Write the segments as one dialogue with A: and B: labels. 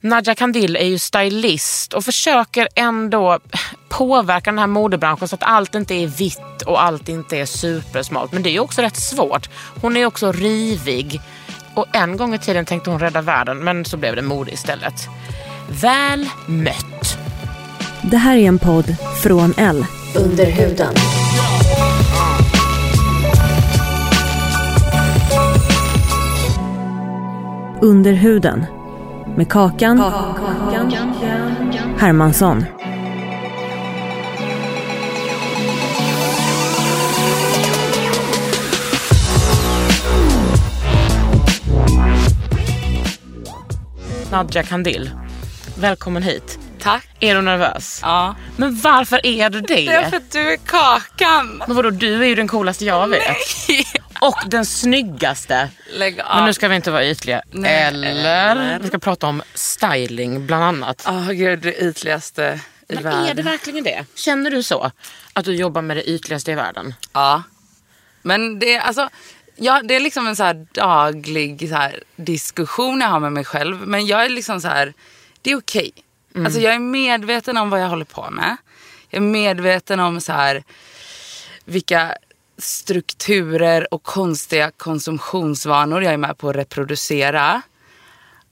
A: Nadja Kandil är ju stylist och försöker ändå påverka den här modebranschen så att allt inte är vitt och allt inte är supersmalt. Men det är ju också rätt svårt. Hon är också rivig. Och en gång i tiden tänkte hon rädda världen men så blev det mode istället. Väl mött!
B: Det här är en podd från L.
C: Under huden.
B: Under huden. Med Kakan, Hermansson.
A: Nadja Kandil, välkommen hit.
D: Tack.
A: Är du nervös?
D: Ja.
A: Men varför är du det?
D: Det är för att du är Kakan.
A: Men vadå, du är ju den coolaste jag vet. Och den snyggaste.
D: Lägg av.
A: Men nu ska vi inte vara ytliga.
D: Nej,
A: eller?
D: eller?
A: Vi ska prata om styling bland annat.
D: Åh gud, det ytligaste i
A: Men
D: världen.
A: är det verkligen det? Känner du så? Att du jobbar med det ytligaste i världen?
D: Ja. Men det är alltså... Ja, det är liksom en så här daglig så här, diskussion jag har med mig själv. Men jag är liksom så här, det är okej. Alltså jag är medveten om vad jag håller på med. Jag är medveten om så här, vilka strukturer och konstiga konsumtionsvanor jag är med på att reproducera.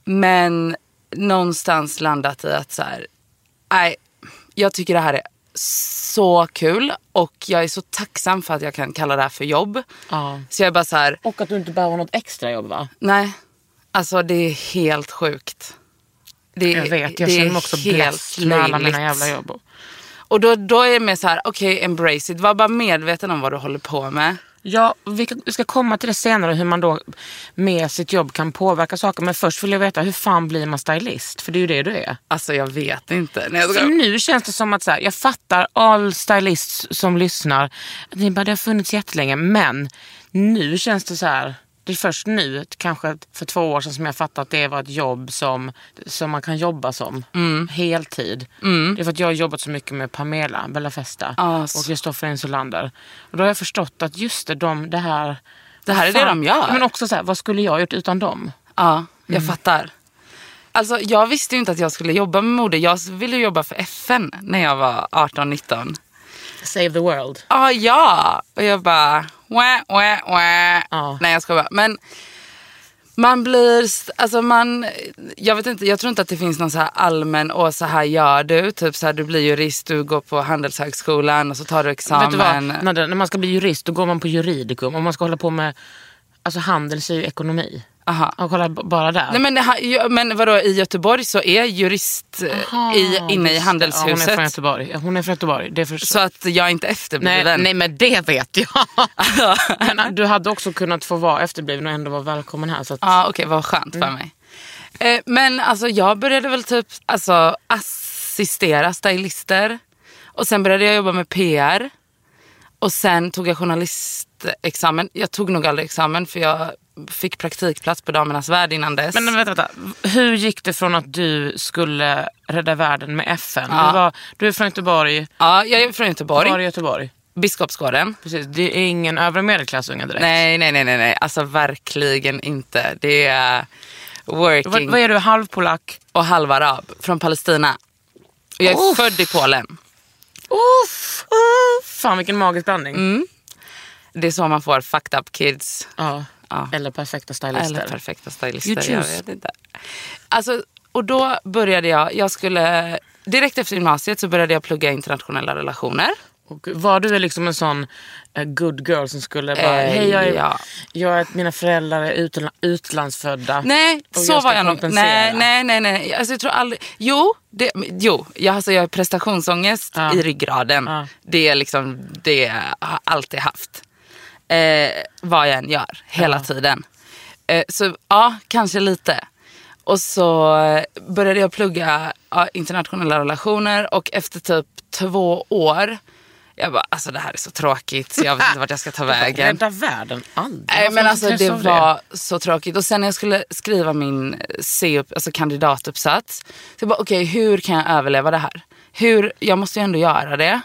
D: Men någonstans landat i att så här, nej, jag tycker det här är så kul och jag är så tacksam för att jag kan kalla det här för jobb.
A: Ja.
D: Så jag är bara så här,
A: Och att du inte behöver något extra jobb va?
D: nej, alltså det är helt sjukt. Det, är-
A: Jag vet, jag
D: det
A: känner
D: är
A: mig också
D: helt
A: blessed med alla mina
D: löjligt.
A: jävla jobb.
D: Och då, då är det mer så här, okej embrace it, var bara medveten om vad du håller på med.
A: Ja, vi kan- vi ska komma till det senare hur man då med sitt jobb kan påverka saker. Men först vill jag veta, hur fan blir man stylist? För det är ju det du är.
D: Alltså jag vet inte. Nej, jag
A: För
D: skojar.
A: nu känns det som att så här, jag fattar all stylists som lyssnar. Att ni bara, det har funnits jättelänge. Men nu känns det så här. Det är först nu, kanske för två år sedan, som jag fattat att det var ett jobb som, som man kan jobba som.
D: Mm.
A: Heltid. Det är för att jag har jobbat så mycket med Pamela, Bella Festa
D: Ah,
A: och
D: Mm. så-
A: Kristoffer Insulander. Och då har jag förstått att just det, de, det här...
D: Det här är det de gör.
A: Ja, Men också så här, vad skulle jag ha gjort utan dem?
D: Ja, jag
A: Mm.
D: fattar. Alltså, jag visste ju inte att jag skulle jobba med mode. Jag ville ju jobba för FN när jag var 18-19.
A: Save the world.
D: Ah, ja, och jag bara... Wah, wah, wah.
A: Ja.
D: Nej, jag ska bara. Men man blir... st- Alltså man, jag, vet inte, jag tror inte att det finns någon så här allmän, åh så här gör du. Typ så här, du blir jurist, du går på Handelshögskolan och så tar du examen.
A: Vet du vad? När, det- när man ska bli jurist då går man på juridikum. Om man ska hålla på med... Alltså handel så är ju ekonomi.
D: Aha.
A: Och kolla b- bara där.
D: Nej, men, det här- ja, men vadå, i Göteborg så är jurist eh,
A: Aha,
D: i,
A: Ah,
D: inne i
A: just det. Ja, hon är
D: handelshuset.
A: från Göteborg. Ja, Hon är från Göteborg. Det är för...
D: Så att jag är inte efterbliven.
A: nej, nej men det vet jag. men, äh, du hade också kunnat få vara efterbliven och ändå vara välkommen här. Så att,
D: Ja, okej, vad skönt
A: Mm.
D: för mig. Eh, men alltså jag började väl typ alltså, assistera stylister. Och sen började jag jobba med PR. Och sen tog jag journalistexamen. Jag tog nog aldrig examen för jag fick praktikplats på Damernas Värld innan dess.
A: Men vänta, vänta, hur gick det från att du skulle rädda världen med FN? Du, var, du är från Göteborg,
D: ja, jag är från Göteborg,
A: var i Göteborg.
D: Biskopsgården.
A: Precis. Det är ingen övre medelklassunge direkt.
D: Nej, nej, nej, nej, nej, alltså verkligen inte. Det är working
A: Vad, vad är du, halvpolack?
D: och halv arab från Palestina. Och jag är född i Polen.
A: Uff, uff. Fan vilken magisk blandning.
D: Mm. Det är så man får fucked up kids.
A: Ja.
D: Ja.
A: Eller perfekta stylister.
D: Eller perfekta stylister.
A: You
D: Jag
A: choose.
D: vet inte. Alltså, och då började jag, jag skulle, direkt efter gymnasiet så började jag plugga internationella relationer.
A: Och var du liksom en sån eh, good girl som skulle bara,
D: Eh,
A: hej jag är,
D: ja.
A: jag är, mina föräldrar är utla, utlandsfödda.
D: Nej,
A: Och
D: så
A: jag ska
D: var jag nog.
A: kompensera.
D: Nej, nej, nej. nej. Alltså, jag tror aldrig... Jo, det, jo jag, alltså, jag har prestationsångest
A: Ja.
D: i ryggraden.
A: Ja.
D: Det är liksom det jag har alltid haft. Eh, vad jag än gör, hela tiden. Eh, så ja, kanske lite. Och så eh, började jag plugga ja, internationella relationer och efter typ två år jag bara, alltså det här är så tråkigt så jag vet inte vart jag ska ta vägen.
A: Rädda världen aldrig.
D: Nej
A: Varför
D: men
A: har
D: alltså
A: du
D: det
A: intresse av
D: var så tråkigt. Och sen när jag skulle skriva min C, alltså kandidatuppsats. Så jag bara okej hur kan jag överleva det här? Hur, jag måste ju ändå göra det.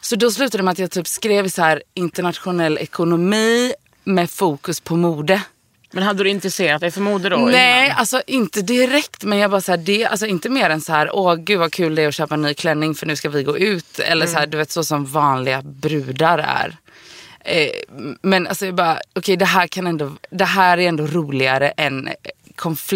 D: Så då slutade det med att jag typ skrev så här internationell ekonomi med fokus på mode.
A: Men hade du intresserat dig för mode då?
D: Nej,
A: innan?
D: alltså inte direkt. Men jag bara så här, det, alltså inte mer än så här, åh gud vad kul det är att köpa en ny klänning för nu ska vi gå ut. Eller så här,
A: Mm.
D: du vet så som vanliga brudar är. Eh, men alltså jag bara, okej det här kan ändå, det här är ändå roligare än eh,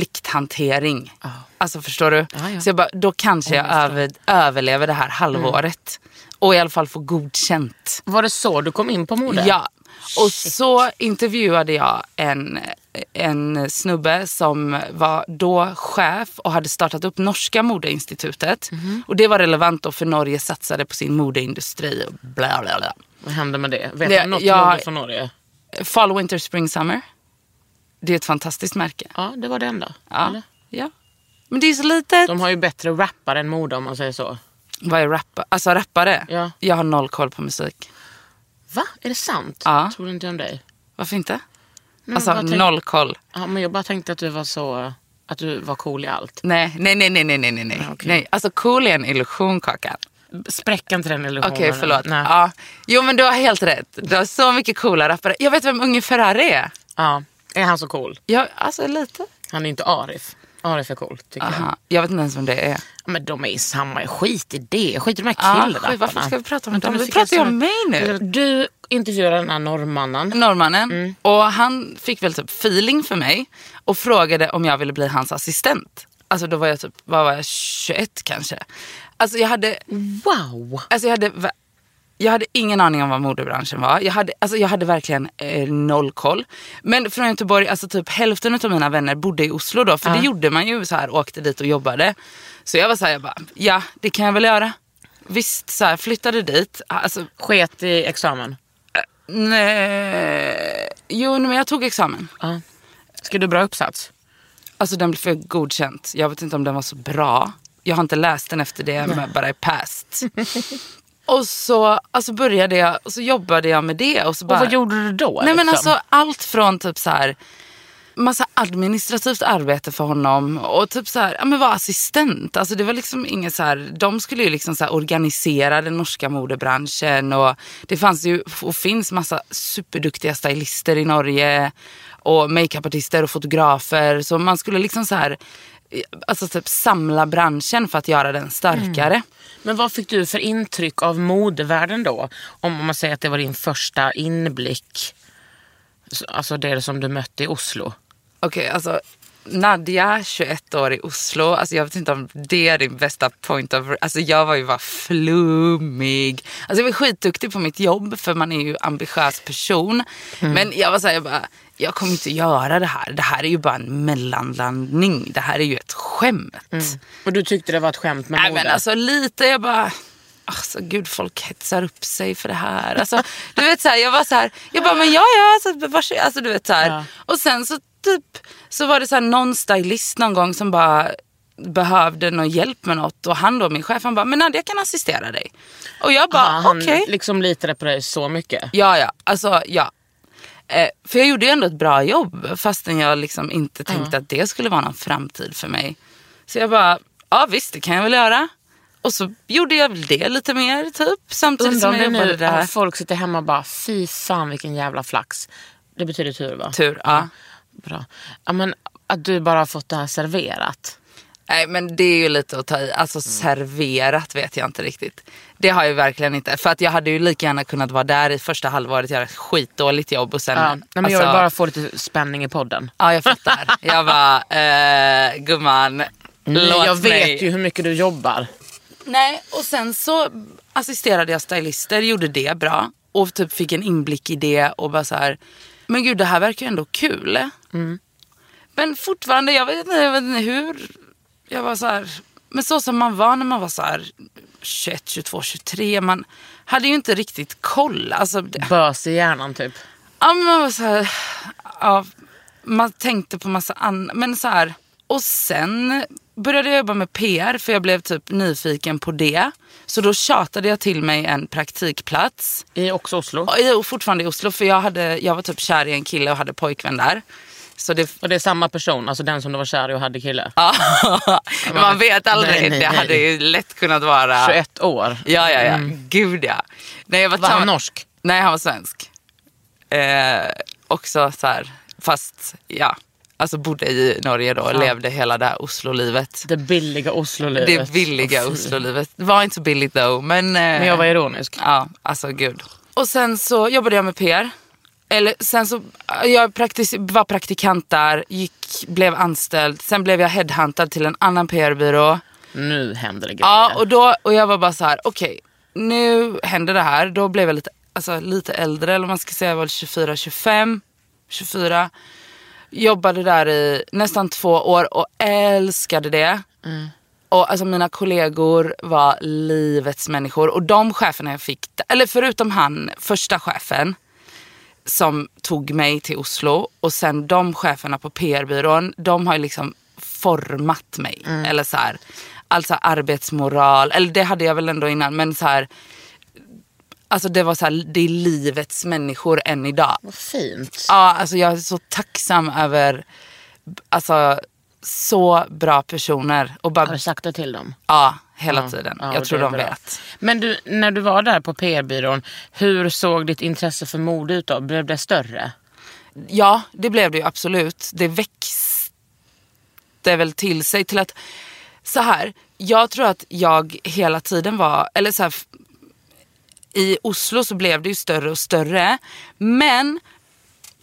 D: konflikthantering. Alltså förstår du?
A: Ah. ja.
D: Så jag bara, då kanske jag över, överlever det här halvåret.
A: Mm.
D: Och i alla fall får godkänt.
A: Var det så du kom in på mode?
D: Ja. Och så intervjuade jag en, en snubbe som var då chef och hade startat upp Norska modeinstitutet.
A: Mhm.
D: Och det var relevant då för Norge satsade på sin modeindustri och bla bla bla.
A: Vad hände med det? Vet
D: Nej,
A: du något
D: jag-
A: mode från Norge?
D: Fall, Winter, Spring, Summer. Det är ett fantastiskt märke.
A: Ja, det var det enda.
D: Ja.
A: Eller?
D: ja. Men det är så litet.
A: De har ju bättre rappare än mode om man säger så.
D: Vad är rappa? Alltså rappare?
A: Ja.
D: Jag har noll koll på musik.
A: Va? Är det sant?
D: Ja.
A: Tror inte jag om dig.
D: Varför inte?
A: Nej,
D: alltså
A: jag tänk-
D: noll koll.
A: Ja, men jag bara tänkte att du var så... Att du var cool i allt.
D: Nej, nej, nej, nej, nej, nej, nej.
A: Ja, okej.
D: nej. Alltså cool är en illusion Kakan.
A: Spräck inte den illusionen.
D: Okej, förlåt.
A: Nej.
D: Ja. Jo, men du har helt rätt. Du har så mycket coola rappare. Jag vet vem Unge Ferrari är.
A: Ja. Är han så cool?
D: Ja, alltså lite.
A: Han är inte Arif. Arif är cool tycker
D: Aha. Jag vet inte ens vem det är.
A: jag. Men de är i samma, skit i det. Skit i de här
D: Ja,
A: killrapparna.
D: Ah, skit, varför ska vi prata om
A: Vänta,
D: dem?
A: nu
D: Vi
A: fick
D: pratar ju
A: jag
D: om mig nu.
A: Du intervjuade den här norrmannen.
D: Norrmannen. Och han fick väl typ feeling för mig och frågade om jag ville bli hans assistent. Alltså då var jag typ, vad var jag, 21 kanske. Alltså jag hade,
A: Wow!
D: alltså jag hade, va- jag hade ingen aning om vad modebranschen var. Jag hade, alltså jag hade verkligen eh, noll koll. Men från Göteborg, alltså typ hälften av mina vänner bodde i Oslo då. För det gjorde man ju så här, åkte dit och jobbade. Så jag var så här, jag bara, ja det kan jag väl göra. Visst, så här, flyttade dit. Alltså,
A: Sket i examen.
D: nej. Jo, men jag tog examen.
A: Ja. Ska du bra uppsats?
D: Alltså den blev för godkänt. Jag vet inte om den var så bra. Jag har inte läst den efter det, men bara i past. och så alltså började jag, och så jobbade jag med det. Och, så bara,
A: Och vad gjorde du då?
D: Nej men
A: liksom?
D: alltså allt från typ så här massa administrativt arbete för honom och typ så här, ja men var assistent. Alltså det var liksom inget så här, de skulle ju liksom så här organisera den norska modebranschen och det fanns ju och finns massa superduktiga stylister i Norge och makeupartister och fotografer så man skulle liksom så här alltså typ samla branschen för att göra den starkare.
A: Men vad fick du för intryck av modevärlden då? Om man säger att det var din första inblick. Så- Alltså det som du mötte i Oslo.
D: Okej, alltså Nadja, 21 år i Oslo. Alltså jag vet inte om det är din bästa point of... Alltså jag var ju bara flummig. Alltså jag var skitduktig på mitt jobb för man är ju ambitiös person. Men jag var såhär, jag bara, jag kommer inte göra det här. Det här är ju bara en mellanlandning. Det här är ju ett skämt.
A: Och du tyckte det var ett skämt med
D: Nej
A: mode?
D: men alltså lite, jag bara... Alltså gud, folk hetsar upp sig för det här. Alltså, du vet så här, jag var så här, jag bara men ja ja, alltså, vars, alltså du vet så här.
A: Ja.
D: Och sen så typ, så var det så här någon stylist någon gång som bara behövde någon hjälp med något och han då min chef han bara men Nadja jag kan assistera dig. Och jag
A: Aha,
D: bara
A: han
D: okej.
A: liksom litade på dig så mycket.
D: Ja ja, alltså ja. Eh, för jag gjorde ju ändå ett bra jobb fastän jag liksom inte tänkte att det skulle vara någon framtid för mig. Så jag bara, ja visst det kan jag väl göra. Och så gjorde jag väl det lite mer typ samtidigt
A: Undrar
D: som
A: om det
D: jag jobbade
A: nu
D: där.
A: att folk sitter hemma och bara fy fan vilken jävla flax. Det betyder tur va?
D: Tur, ja.
A: Bra. Ja, men att du bara har fått det här serverat.
D: Nej men det är ju lite att ta i. Alltså
A: Mm.
D: serverat vet jag inte riktigt. Det har jag verkligen inte. För att jag hade ju lika gärna kunnat vara där i första halvåret, göra ett skitdåligt jobb och sen... alltså,
A: Ja. Nej, men jag vill bara få lite spänning i podden.
D: Ja jag fattar. Jag bara, eh, gumman, låt
A: jag vet
D: mig.
A: ju hur mycket du jobbar.
D: Nej, och sen så assisterade jag stylister, gjorde det bra och typ fick en inblick i det och bara så här, men gud det här verkar ju ändå kul.
A: Mm.
D: Men fortfarande, jag vet, inte, jag vet inte hur, jag var så här, men så som man var när man var så här 21, 22, 23, man hade ju inte riktigt koll. Alltså, det,
A: Bös i hjärnan typ.
D: Ja, men man var så här, ja, man tänkte på massa annat. Men så här, och sen började jag jobba med PR för jag blev typ nyfiken på det. Så då tjatade jag till mig en praktikplats.
A: I också Oslo.
D: Och jag är fortfarande i Oslo för jag, hade, jag var typ kär i en kille och hade pojkvän där. Så det,
A: Och det är samma person, alltså den som du var kär i och hade kille.
D: ja, man vet aldrig.
A: Nej, nej,
D: det hade
A: nej.
D: ju lätt kunnat vara.
A: 21 år.
D: Ja, ja, ja. Gud ja. När jag var,
A: Var Mm. han
D: tonåring-
A: norsk?
D: Nej, han var svensk. Eh, också så här, fast ja, alltså bodde i Norge då och levde hela det här Oslo-livet.
A: Det billiga Oslo-livet.
D: Det billiga Oslo-livet. Det var inte så billigt though, men... eh,
A: Men jag var ironisk.
D: Ja, alltså gud. Och sen så jobbade jag med PR. Eller sen så, jag praktis- var praktikant där, gick, blev anställd. Sen blev jag headhuntad till en annan PR-byrå.
A: Nu händer det grejer.
D: Ja, och, då, och jag var bara så här, okej, nu händer det här. Då blev jag lite, alltså, lite äldre, eller om man ska säga jag var 24, 25, 24. Jobbade där i nästan två år och älskade det. Och alltså mina kollegor var livets människor. Och de cheferna jag fick, eller förutom han, första chefen som tog mig till Oslo och sen de cheferna på PR-byrån, de har ju liksom format mig.
A: Mm.
D: Eller så här, alltså arbetsmoral, eller det hade jag väl ändå innan men så här, alltså det var så här, det är livets människor än idag.
A: Vad fint.
D: Ja, alltså jag är så tacksam över alltså, så bra personer. Och bara,
A: Har du sagt det till dem?
D: ja, hela
A: Ja,
D: tiden.
A: ja,
D: jag tror
A: det är
D: de
A: bra.
D: vet.
A: Men du, när du var där på PR-byrån, hur såg ditt intresse för mode ut då? Blev det större?
D: Ja, det blev det ju absolut. Det växte väl till sig till att så här, jag tror att jag hela tiden var, eller så här, f- i Oslo så blev det ju större och större. Men,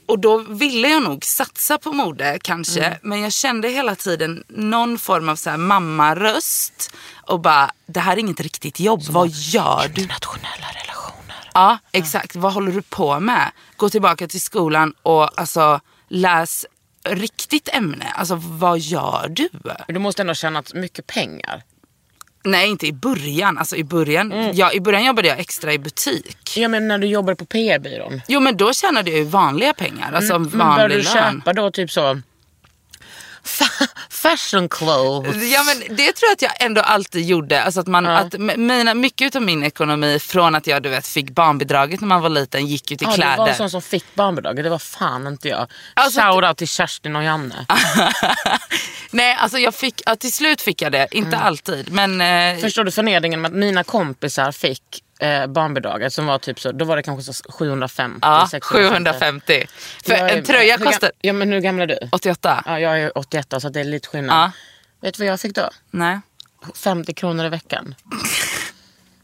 D: och då ville jag nog satsa på mode kanske, men jag kände hela tiden någon form av så här mammaröst och bara, det här är inget riktigt jobb, vad gör du?
A: Internationella relationer.
D: Ja, exakt. Vad håller du på med? Gå tillbaka till skolan och alltså, läs riktigt ämne. Alltså, vad gör du?
A: Du måste ändå ha tjänat mycket pengar.
D: Nej, inte i början. Alltså, i, början
A: Mm.
D: ja, I början jobbade jag extra i butik.
A: Ja men när du jobbade på PR-byrån.
D: Jo, men då tjänade jag ju vanliga pengar. Alltså
A: Mm, men
D: vanlig
A: började du
D: lön.
A: köpa då typ så fa- fashion clothes?
D: Ja, men det tror jag att jag ändå alltid gjorde. Alltså att man, att m- mina, mycket av min ekonomi från att jag du vet, fick barnbidraget när man var liten gick ju till
A: Ja, det var en
D: kläder.
A: sån som fick barnbidraget, det var fan inte jag.
D: Alltså,
A: Shoutout till Kerstin och Janne.
D: Nej, alltså jag fick, ja, till slut fick jag det. Inte alltid, men... eh,
A: Mm. Förstår du förnedringen med att mina kompisar fick eh, barnbidraget som var typ så, då var det kanske så 750
D: Ja,
A: 650.
D: 750. För
A: Jag är-
D: en tröja
A: hur gam-
D: kostar
A: Ja men hur gammal är du?
D: 88.
A: Ja, jag är 81 så det är lite skillnad.
D: Ja.
A: Vet du vad jag fick då?
D: Nej.
A: 50 kronor i veckan.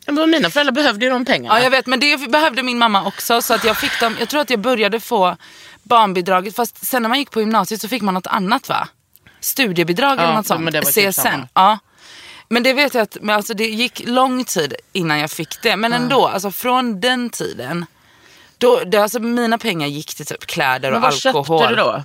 A: Ja, Men mina föräldrar behövde ju de pengarna.
D: Ja, jag vet, men det behövde min mamma också. Så att jag, fick dem, jag tror att jag började få barnbidraget, fast sen när man gick på gymnasiet så fick man något annat va? Studiebidrag eller
A: Ja,
D: något sånt.
A: men det var typ
D: CSN.
A: samma.
D: ja. Men det vet jag att men alltså, det gick lång tid innan jag fick det. Men ändå, alltså, från den tiden. Då, det, alltså, mina pengar gick till typ kläder och
A: men vad
D: alkohol.
A: köpte du då?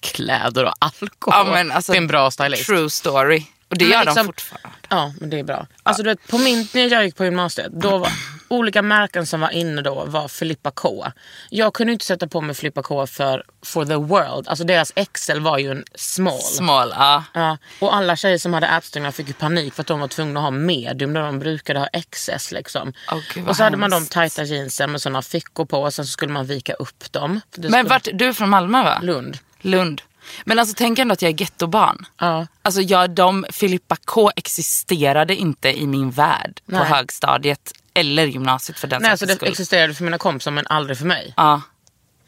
A: Kläder och alkohol.
D: Ja, men, alltså,
A: det är en bra stylist.
D: True story. Och det
A: Men
D: gör de
A: liksom-
D: fortfarande.
A: Ja, men det är bra. Alltså, du vet, på min, när jag gick på gymnasiet, då var olika märken som var inne då var Filippa K. Jag kunde inte sätta på mig Filippa K för for the world. Alltså deras XL var ju en small.
D: Smal, ja.
A: Ja, och alla tjejer som hade ätstörningar fick ju panik för att de var tvungna att ha medium där de brukade ha XS liksom.
D: Åh, gud, vad
A: och så hade man de
D: hemskt.
A: tajta jeansen med sådana fickor på och sen så skulle man vika upp dem. För det
D: Men
A: skulle-
D: vart, du är från Malmö va?
A: Lund.
D: Lund. Men alltså tänk ändå att jag är gettobarn.
A: Ja.
D: Alltså jag, de, Filippa K existerade inte i min värld på
A: Nej.
D: högstadiet eller gymnasiet för den
A: Nej,
D: sakens
A: alltså det
D: skull.
A: existerade för mina kompisar men aldrig för mig.
D: ja.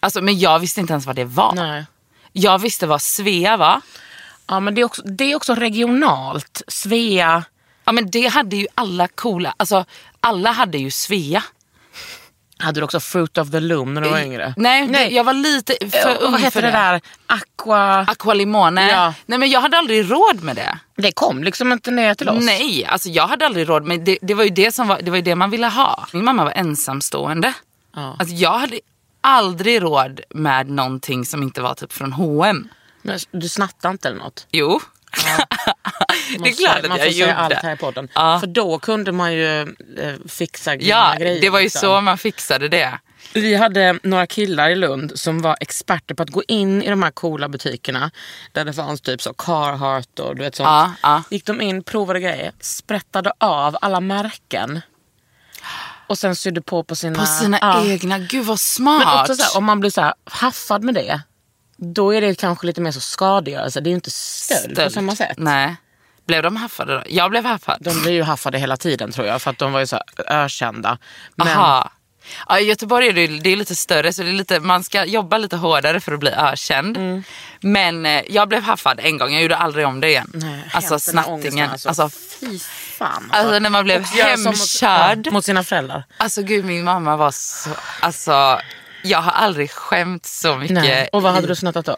D: alltså, men jag visste inte ens vad det var.
A: Nej.
D: Jag visste vad Svea var.
A: Ja, men det är också, det är också regionalt. Svea.
D: Ja men det hade ju alla coola, alltså alla hade ju Svea.
A: Hade du också Fruit of the Loom när du var yngre?
D: Nej, Det, jag var lite för
A: Ö,
D: ung
A: vad
D: för
A: hette det där? Aqua...
D: Aqua Limone.
A: Ja.
D: Nej men jag hade aldrig råd med det.
A: Det kom liksom inte ner till oss.
D: Nej, alltså jag hade aldrig råd men det, det var ju det som var, det var ju det man ville ha. Min mamma var ensamstående.
A: Ja.
D: Alltså jag hade aldrig råd med någonting som inte var typ från H&M.
A: Men du snattade inte eller något?
D: Jo. det är klart att
A: man
D: jag
A: får säga
D: gjorde.
A: allt här i podden.
D: Ja.
A: För då kunde man ju eh, fixa
D: Ja,
A: grymma grejer.
D: det var ju
A: liksom.
D: så man fixade det.
A: Vi hade några killar i Lund som var experter på att gå in i de här coola butikerna där det fanns typ så Carhartt och du vet sånt.
D: Ja, ja.
A: Gick de in, provade grejer, sprättade av alla märken och sen sydde på på sina...
D: På sina
A: Ja.
D: egna, gud vad smart.
A: Men också så här, om man blir så här haffad med det, då är det kanske lite mer så skadegörelse. Det är ju inte stöld, på
D: Stöld.
A: samma sätt.
D: Nej. Blev de haffade då? Jag blev haffad.
A: De blir ju haffade hela tiden tror jag för att de var ju så här ökända. Men
D: Aha. Ja, I Göteborg är det, ju- det är lite större så det är lite, man ska jobba lite hårdare för att bli ökänd.
A: Mm.
D: Men eh, jag blev haffad en gång, jag gjorde aldrig om det igen.
A: Nej,
D: alltså
A: hemskt, den här ångesten,
D: snattingen. Alltså.
A: alltså. fy fan.
D: Alltså, när man blev
A: Och göra som mot-
D: hemkörd.
A: ja, Mot sina föräldrar.
D: alltså gud min mamma var så, alltså jag har aldrig skämt så mycket.
A: Nej. Och vad hade
D: i-
A: du snattat då?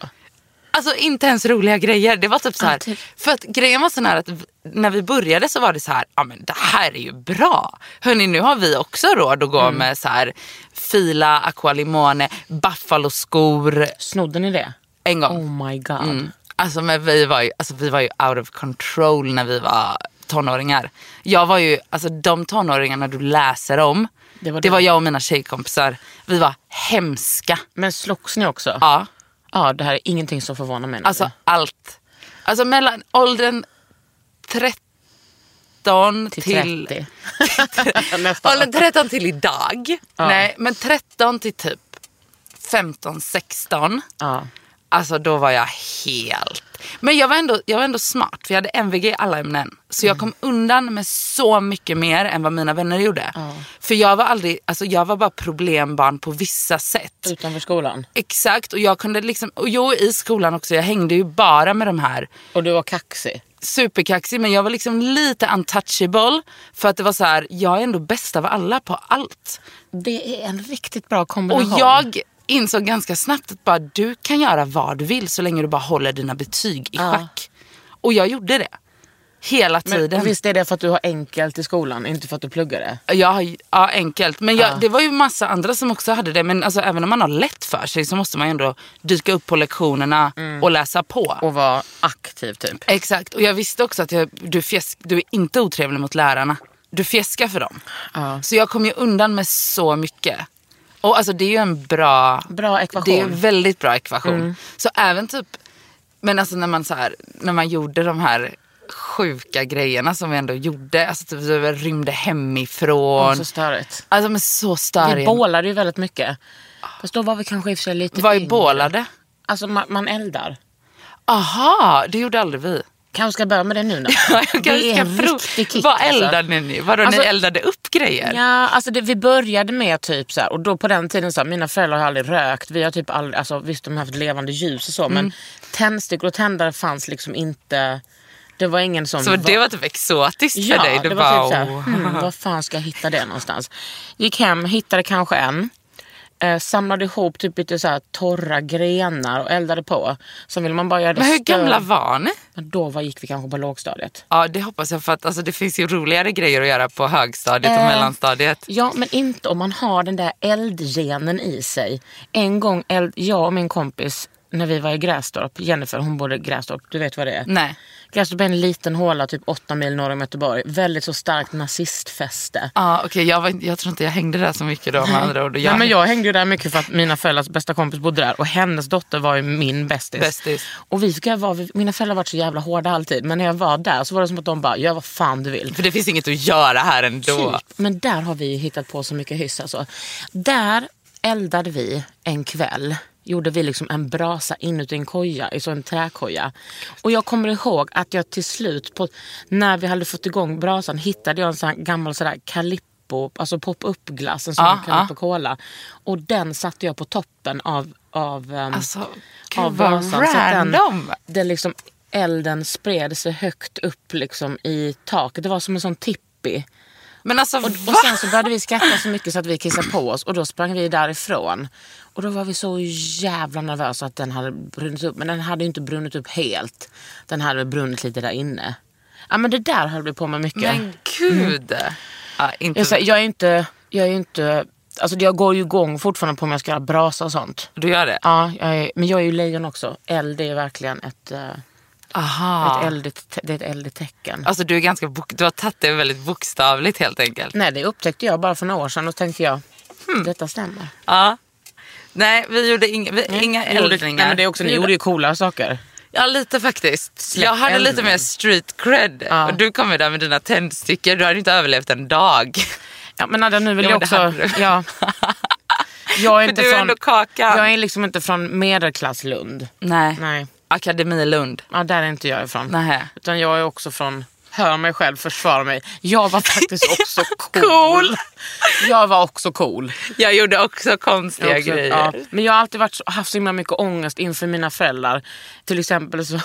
D: Alltså inte ens roliga grejer. Det var typ så här. För att grejen var sån här att v- när vi började så var det så här, ja men det här är ju bra. Hörni nu har vi också råd att gå
A: Mm.
D: med så här Fila, Aqualimone, Buffalo-skor
A: Snodde ni det?
D: en gång.
A: Oh my god.
D: Mm. Alltså, men vi, var ju, alltså, vi var ju out of control när vi var tonåringar. Jag var ju, alltså, de tonåringarna du läser om,
A: Det var
D: det
A: du.
D: var jag och mina tjejkompisar. Vi var hemska.
A: Men slogs ni också?
D: Ja.
A: Ja, det här är ingenting som förvånar mig nu.
D: Alltså allt. Alltså mellan åldern 13
A: till
D: till...
A: 30. Nästan.
D: åldern 13 till idag.
A: Ja.
D: Nej, men 13 till typ 15, 16.
A: Ja.
D: Alltså då var jag helt... Men jag var, ändå, jag var ändå smart för jag hade MVG i alla ämnen. Så jag kom undan med så mycket mer än vad mina vänner gjorde. För jag var aldrig, alltså jag var bara problembarn på vissa sätt.
A: Utanför skolan.
D: Exakt och jag kunde liksom, och jo i skolan också, jag hängde ju bara med de här
A: Och du var kaxig.
D: superkaxig men jag var liksom lite untouchable för att det var så här, jag är ändå bäst av alla på allt.
A: Det är en riktigt bra
D: Och
A: kombination.
D: jag insåg ganska snabbt att bara, du kan göra vad du vill så länge du bara håller dina betyg i
A: Ja.
D: schack. Och jag gjorde det. Hela
A: Men,
D: tiden.
A: Visst är det för att du har enkelt i skolan, inte för att du pluggar det?
D: Jag har, ja, enkelt. Men jag,
A: Ja.
D: det var ju massa andra som också hade det. Men alltså, även om man har lätt för sig så måste man ju ändå dyka upp på lektionerna
A: Mm.
D: och läsa på.
A: Och vara aktiv typ.
D: Exakt, och jag visste också att jag, du, fjäsk, du är inte otrevlig mot lärarna. Du fjäskar för dem.
A: Ja.
D: Så jag kom ju undan med så mycket. Och alltså det är ju en bra,
A: Bra ekvation. Mm.
D: Det är en väldigt bra ekvation. Så även typ, men alltså när man, så här, när man gjorde de här sjuka grejerna som vi ändå gjorde. Alltså typ vi rymde hemifrån.
A: Så störigt.
D: Alltså men så
A: Vi
D: störigt.
A: bålade ju väldigt mycket.
D: Ah.
A: Fast då var vi kanske i och för sig lite
D: Var ju
A: yngre.
D: bålade?
A: Alltså man, man eldar.
D: Aha, det gjorde aldrig vi.
A: Kanske ska börja med det nu då.
D: Jag kanske
A: det är
D: ska
A: en
D: prov-
A: riktig kick.
D: Vad
A: alltså.
D: eldade ni? Vadå
A: Alltså-
D: ni eldade upp grejer?
A: Ja, alltså det, vi började med typ så här, och då på den tiden så här, mina föräldrar har aldrig rökt. Vi har typ aldrig, alltså visst de har haft levande ljus och så
D: Mm.
A: men tändstickor och tändare fanns liksom inte. Det var ingen som...
D: Så det var typ exotiskt för
A: Ja,
D: dig?
A: det,
D: Du
A: var
D: bara,
A: typ såhär,
D: "Åh."
A: hmm, var fan ska jag hitta det någonstans? Gick hem, hittade kanske en. Eh, samlade ihop typ lite så här torra grenar och eldade på. Sen ville man bara göra det
D: Men hur
A: större.
D: gamla var ni?
A: Men Då var, gick vi kanske på lågstadiet.
D: Ja det hoppas jag för att alltså, det finns ju roligare grejer att göra på högstadiet och
A: Eh.
D: mellanstadiet.
A: Ja, men inte om man har den där eldgenen i sig. En gång, eld, jag och min kompis, när vi var i Grästorp, Jennifer hon bodde i Grästorp, du vet vad det är?
D: Nej.
A: Grästorp är en liten håla typ åtta mil norr om Göteborg. Väldigt så starkt nazistfäste.
D: Ja okej jag, var inte- jag tror inte jag hängde där så mycket då med andra ord.
A: Nej, men jag hängde ju där mycket för att mina föräldrars bästa kompis bodde där och hennes dotter var ju min bästis.
D: Bästis.
A: Och vi fick ju vara, mina föräldrar har varit så jävla hårda alltid men när jag var där så var det som att de bara, gör vad fan du vill.
D: För det finns inget att göra här ändå.
A: Typ. Men där har vi ju hittat på så mycket hyss alltså. Där eldade vi en kväll. Gjorde vi liksom en brasa inuti en koja, i så en träkoja. Och jag kommer ihåg att jag till slut, på, när vi hade fått igång brasan, hittade jag en sån här gammal sådär Calippo, alltså pop-up glass, en sån
D: Ja,
A: Calippo Cola. Och den satte jag på toppen av, av, ehm,
D: Alltså, gud
A: av
D: vad
A: brasan. Så att den,
D: random.
A: den liksom elden spred sig högt upp liksom i taket. Det var som en sån tippi.
D: Men alltså
A: Och, och
D: va?
A: sen så började vi skratta så mycket så att vi kissade på oss och då sprang vi därifrån. Och då var vi så jävla nervösa att den hade brunnit upp. Men den hade ju inte brunnit upp helt. Den hade väl brunnit lite där inne. Ja men det där höll vi på med mycket.
D: Men gud. Ja, inte...
A: Jag, säger, jag är inte, jag är inte, alltså jag går ju igång fortfarande på om jag ska göra brasa och sånt.
D: Du gör det?
A: Ja, jag är, men jag är ju lejon också. Eld är verkligen ett, eh, ett,
D: Aha.
A: eldigt, te- det är ett eldigt tecken.
D: Alltså du, är ganska bok... du har tagit det väldigt bokstavligt helt enkelt.
A: Nej, det upptäckte jag bara för några år sedan och tänkte jag, hmm. detta stämmer.
D: Ja. Nej, vi gjorde inga, vi, inga
A: Jag gjorde-
D: eldningar.
A: Nej, men det är också, ni
D: Vi
A: gjorde ju coola saker.
D: Ja, lite faktiskt.
A: Släpp
D: jag hade lite
A: elden.
D: mer street cred.
A: Ja.
D: Och du kommer där med dina tändstickor. Du hade inte överlevt en dag.
A: Ja, men Nadja, nu vill
D: Ja,
A: jag
D: men det
A: också...
D: hade du.
A: Ja. Jag är
D: Men
A: inte
D: du är
A: från,
D: ändå Kakan.
A: Jag är liksom inte från medelklass Lund.
D: Nej.
A: Nej,
D: Akademilund.
A: ja, där är inte jag ifrån.
D: Nej.
A: Utan jag är också från, hör mig själv försvara mig. Jag var faktiskt också cool.
D: Cool.
A: Jag var också cool.
D: Jag gjorde också konstiga
A: Jag också-
D: grejer.
A: ja. Men jag har alltid varit, så- haft så himla mycket ångest inför mina föräldrar. Till exempel så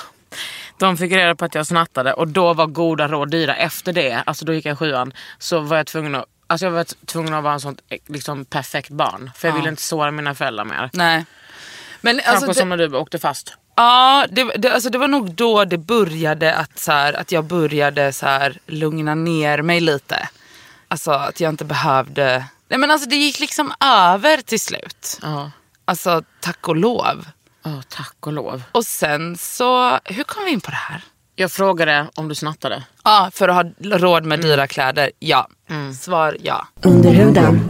A: de fick reda på att jag snattade och då var goda råd dyra. Efter det, alltså då gick jag i sjuan, så var jag tvungen att Alltså jag var t- tvungen att vara en sånt eh, liksom, perfekt barn. För jag ville inte såra mina föräldrar mer.
D: Nej. Men
A: Kanske
D: alltså, det,
A: som när du åkte fast.
D: ja, det, det, alltså, det var nog då det började att, så här, att jag började så här, lugna ner mig lite. Alltså att jag inte behövde... Nej men alltså det gick liksom över till slut.
A: Ja,
D: Alltså tack och lov.
A: Ja, tack och lov.
D: Och sen så, hur kom vi in på det här?
A: Jag frågade om du snattade.
D: Ja, för att ha råd med dyra kläder. Ja. Svar ja.
B: Under huden.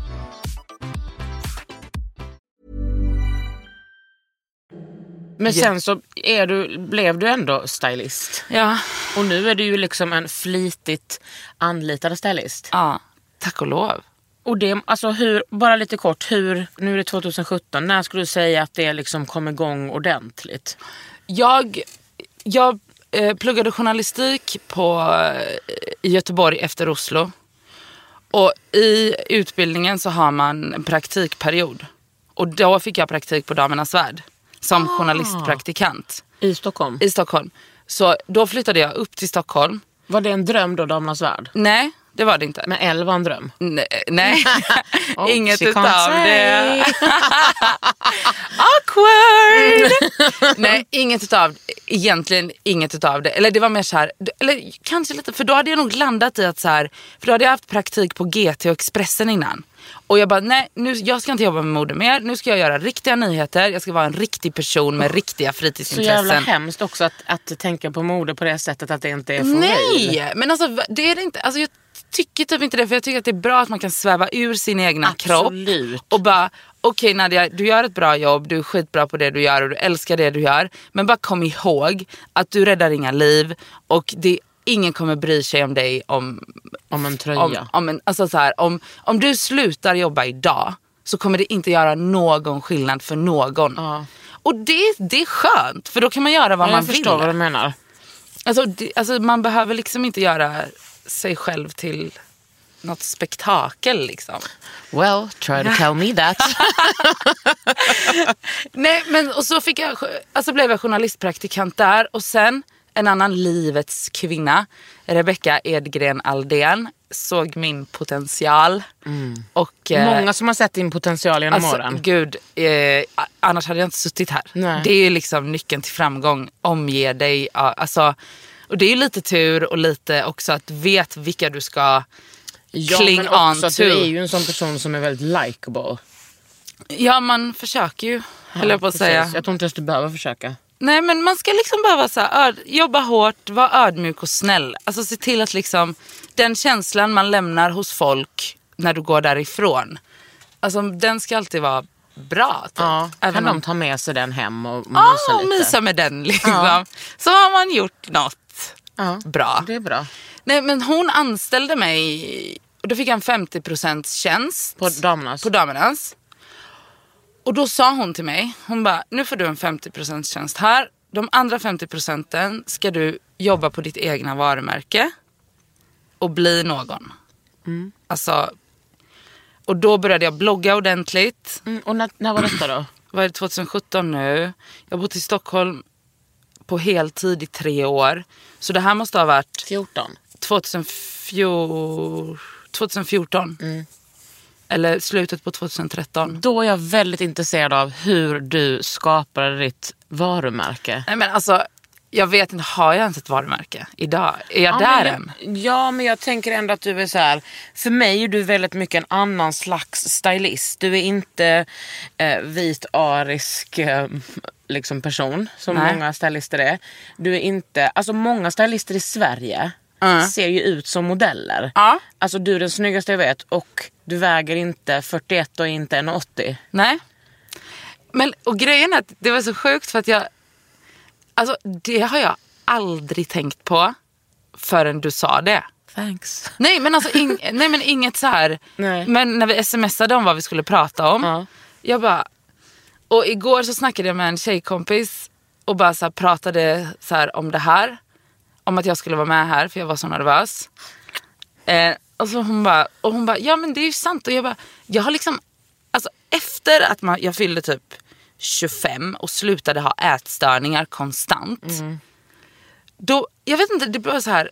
A: Men sen så är du, blev du ändå stylist.
D: Ja.
A: Och nu är du ju liksom en flitigt anlitad stylist.
D: ja. Tack och lov.
A: Och det, alltså hur, bara lite kort, hur, nu är det 2017, när skulle du säga att det liksom kom igång ordentligt?
D: Jag, jag eh, pluggade journalistik på, eh, i Göteborg efter Oslo. Och i utbildningen så har man en praktikperiod. Och då fick jag praktik på Damernas Värld. Som journalistpraktikant
A: I Stockholm?
D: i Stockholm. Så då flyttade jag upp till Stockholm.
A: Var det en dröm då, Damernas Värld?
D: Nej, det var det inte.
A: Men Elle var en dröm.
D: Nej, nej.
A: Oh,
D: inget
A: she can't
D: utav det.
A: say.
D: Awkward!
A: Mm.
D: nej, inget utav Egentligen inget utav det. Eller det var mer så här, eller kanske lite, för då hade jag nog landat i att så här, för då hade jag haft praktik på GT och Expressen innan. Och jag bara, nej nu, jag ska inte jobba med mode mer, nu ska jag göra riktiga nyheter, jag ska vara en riktig person med riktiga
A: Så jävla
D: fritidsintressen.
A: hemskt också att, att tänka på mode på det sättet att det inte är for real.
D: Nej, men alltså va- det är det inte. Alltså, jag tycker typ inte det för jag tycker att det är bra att man kan sväva ur sin egna
A: Absolut.
D: kropp och bara okej Nadja, du gör ett bra jobb, du är skitbra på det du gör och du älskar det du gör. Men bara kom ihåg att du räddar inga liv och det, ingen kommer bry sig om dig om,
A: Om en tröja.
D: om, om, en, alltså så här, om, om du slutar jobba idag så kommer det inte göra någon skillnad för någon.
A: Ja.
D: Och det, det är skönt för då kan man göra vad
A: Ja,
D: man
A: jag
D: vill.
A: förstår vad du menar.
D: Alltså, det, alltså man behöver liksom inte göra sig själv till något spektakel liksom.
A: Well, try to tell me that.
D: Nej men och så fick jag, alltså blev jag journalistpraktikant där och sen En annan livets kvinna, Rebecca Edgren Aldén, såg min potential. Och, eh,
A: Många som har sett din potential genom
D: Alltså,
A: åren.
D: gud, eh, a- annars hade jag inte suttit här.
A: Nej.
D: Det är ju liksom nyckeln till framgång. Omge dig. ja, Alltså, och det är ju lite tur och lite också att vet vilka du ska cling
A: men
D: on
A: också att
D: to.
A: du är ju en sån person som är väldigt likable.
D: Ja, man försöker ju. höll jag på att
A: Precis.
D: säga.
A: Jag tror inte ens du behöver försöka.
D: Nej men man ska liksom behöva så här, öd- jobba hårt, vara ödmjuk och snäll. Alltså se till att liksom den känslan man lämnar hos folk när du går därifrån. Alltså den ska alltid vara bra. Typ.
A: Ja, kan
D: Även
A: de
D: om,
A: ta med sig den hem och mysa
D: ja,
A: lite?
D: och Ah, mysa med den liksom.
A: Ja.
D: Så har man gjort något
A: Ja,
D: bra.
A: det är bra.
D: Nej men hon anställde mig och då fick jag en 50% tjänst
A: På damernas?
D: på Damernas. Och då sa hon till mig, hon bara, nu får du en 50% tjänst här. De andra 50 procenten ska du jobba på ditt egna varumärke och bli någon. Alltså, och då började jag blogga ordentligt.
A: Mm, och när, när var detta då?
D: Vad är det, 2017 nu? Jag har bott i Stockholm på heltid i tre år. Så det här måste ha varit
A: 14?
D: 2014. 2014. Eller slutet på 2013.
A: Då är jag väldigt intresserad av hur du skapade ditt varumärke.
D: Nej men alltså, jag vet inte, har jag ens ett varumärke idag? Är jag där
A: men,
D: än?
A: jag- Ja men jag tänker ändå att du är så här. för mig är du väldigt mycket en annan slags stylist. Du är inte eh, vit arisk eh, liksom person som
D: Nej.
A: många stylister är. Du är inte, alltså många stylister i Sverige
D: Ja.
A: ser ju ut som modeller.
D: Ja.
A: Alltså du är den snyggaste jag vet och du väger inte 41 och inte 1,80.
D: Nej. Men, och grejen är att det var så sjukt för att jag, alltså det har jag aldrig tänkt på förrän du sa det.
A: Thanks.
D: Nej men alltså ing, nej, men inget så här.
A: Nej.
D: men när vi smsade om vad vi skulle prata om.
A: Ja.
D: Jag bara, och igår så snackade jag med en tjejkompis och bara så här, pratade så här, om det här. Om att jag skulle vara med här för jag var så nervös. Eh, och så hon bara, och hon bara, ja men det är ju sant. Och jag bara, jag har liksom, alltså efter att man, jag fyllde typ 25 och slutade ha ätstörningar konstant. Då, jag vet inte, det blev så här,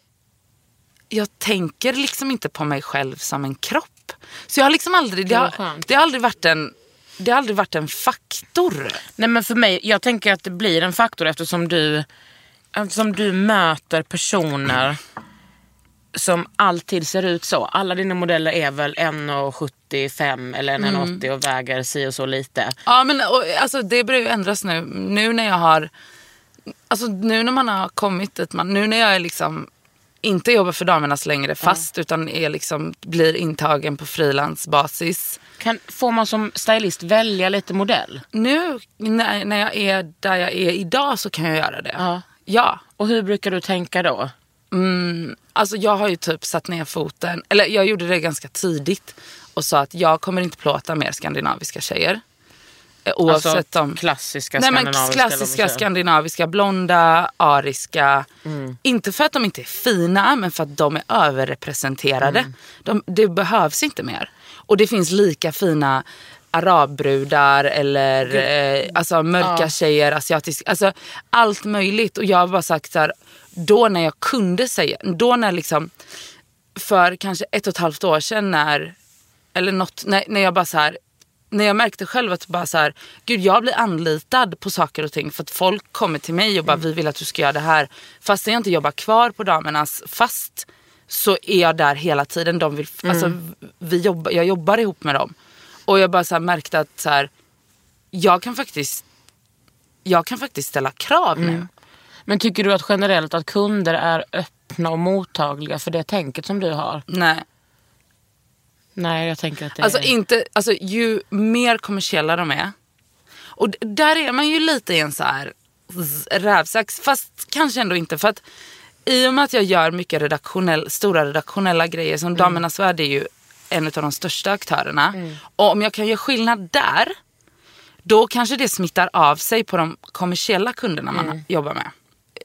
D: jag tänker liksom inte på mig själv som en kropp. Så jag har liksom aldrig, det
A: Det var
D: har,
A: skönt.
D: det har aldrig varit en, det har aldrig varit en faktor.
A: Nej men för mig, jag tänker att det blir en faktor eftersom du, eftersom du möter personer som alltid ser ut så. Alla dina modeller är väl 1,75 eller 1,80 och väger si och så lite.
D: Ja men och, alltså, det börjar ju ändras nu. Nu när jag har, alltså nu när man har kommit ett man, nu när jag är liksom inte jobbar för damernas längre fast utan är liksom, blir intagen på frilansbasis.
A: Kan, får man som stylist välja lite modell?
D: Nu när, när jag är där jag är idag så kan jag göra det.
A: Ja.
D: Ja.
A: Och hur brukar du tänka då?
D: Mm, alltså jag har ju typ satt ner foten, eller jag gjorde det ganska tidigt och sa att jag kommer inte plåta mer skandinaviska tjejer. Eh, Oavsett
A: alltså
D: om...
A: klassiska
D: Nej, men
A: skandinaviska.
D: klassiska
A: eller vad man
D: skandinaviska, blonda, ariska.
A: Mm.
D: Inte för att de inte är fina, men för att de är överrepresenterade.
A: Mm.
D: De, det behövs inte mer. Och det finns lika fina arabbrudar eller eh, alltså, mörka tjejer, asiatiska. Alltså, allt möjligt. Och jag har bara sagt så här, då när jag kunde säga, då när liksom för kanske ett och ett halvt år sedan när, eller något, när, när jag bara så här, när jag märkte själv att bara så här, gud jag blir anlitad på saker och ting för att folk kommer till mig och bara vi vill att du ska göra det här. Fast jag inte jobbar kvar på damernas, fast så är jag där hela tiden. De vill, alltså, vi jobbar, jag jobbar ihop med dem. Och jag bara så här märkte att så här, jag kan faktiskt jag kan faktiskt ställa krav nu.
A: säger. Men tycker du att generellt att kunder är öppna och mottagliga för det tänket som du har?
D: Nej.
A: Nej, jag tänker att det
D: Alltså,
A: är...
D: inte, alltså ju mer kommersiella de är. Och d- där är man ju lite i en så här z- rävsax. Fast kanske ändå inte. För att i och med att jag gör mycket redaktionell, stora redaktionella grejer. Som Damernas Värld är ju en av de största aktörerna. Och om jag kan göra skillnad där. Då kanske det smittar av sig på de kommersiella kunderna man
A: Mm.
D: jobbar med.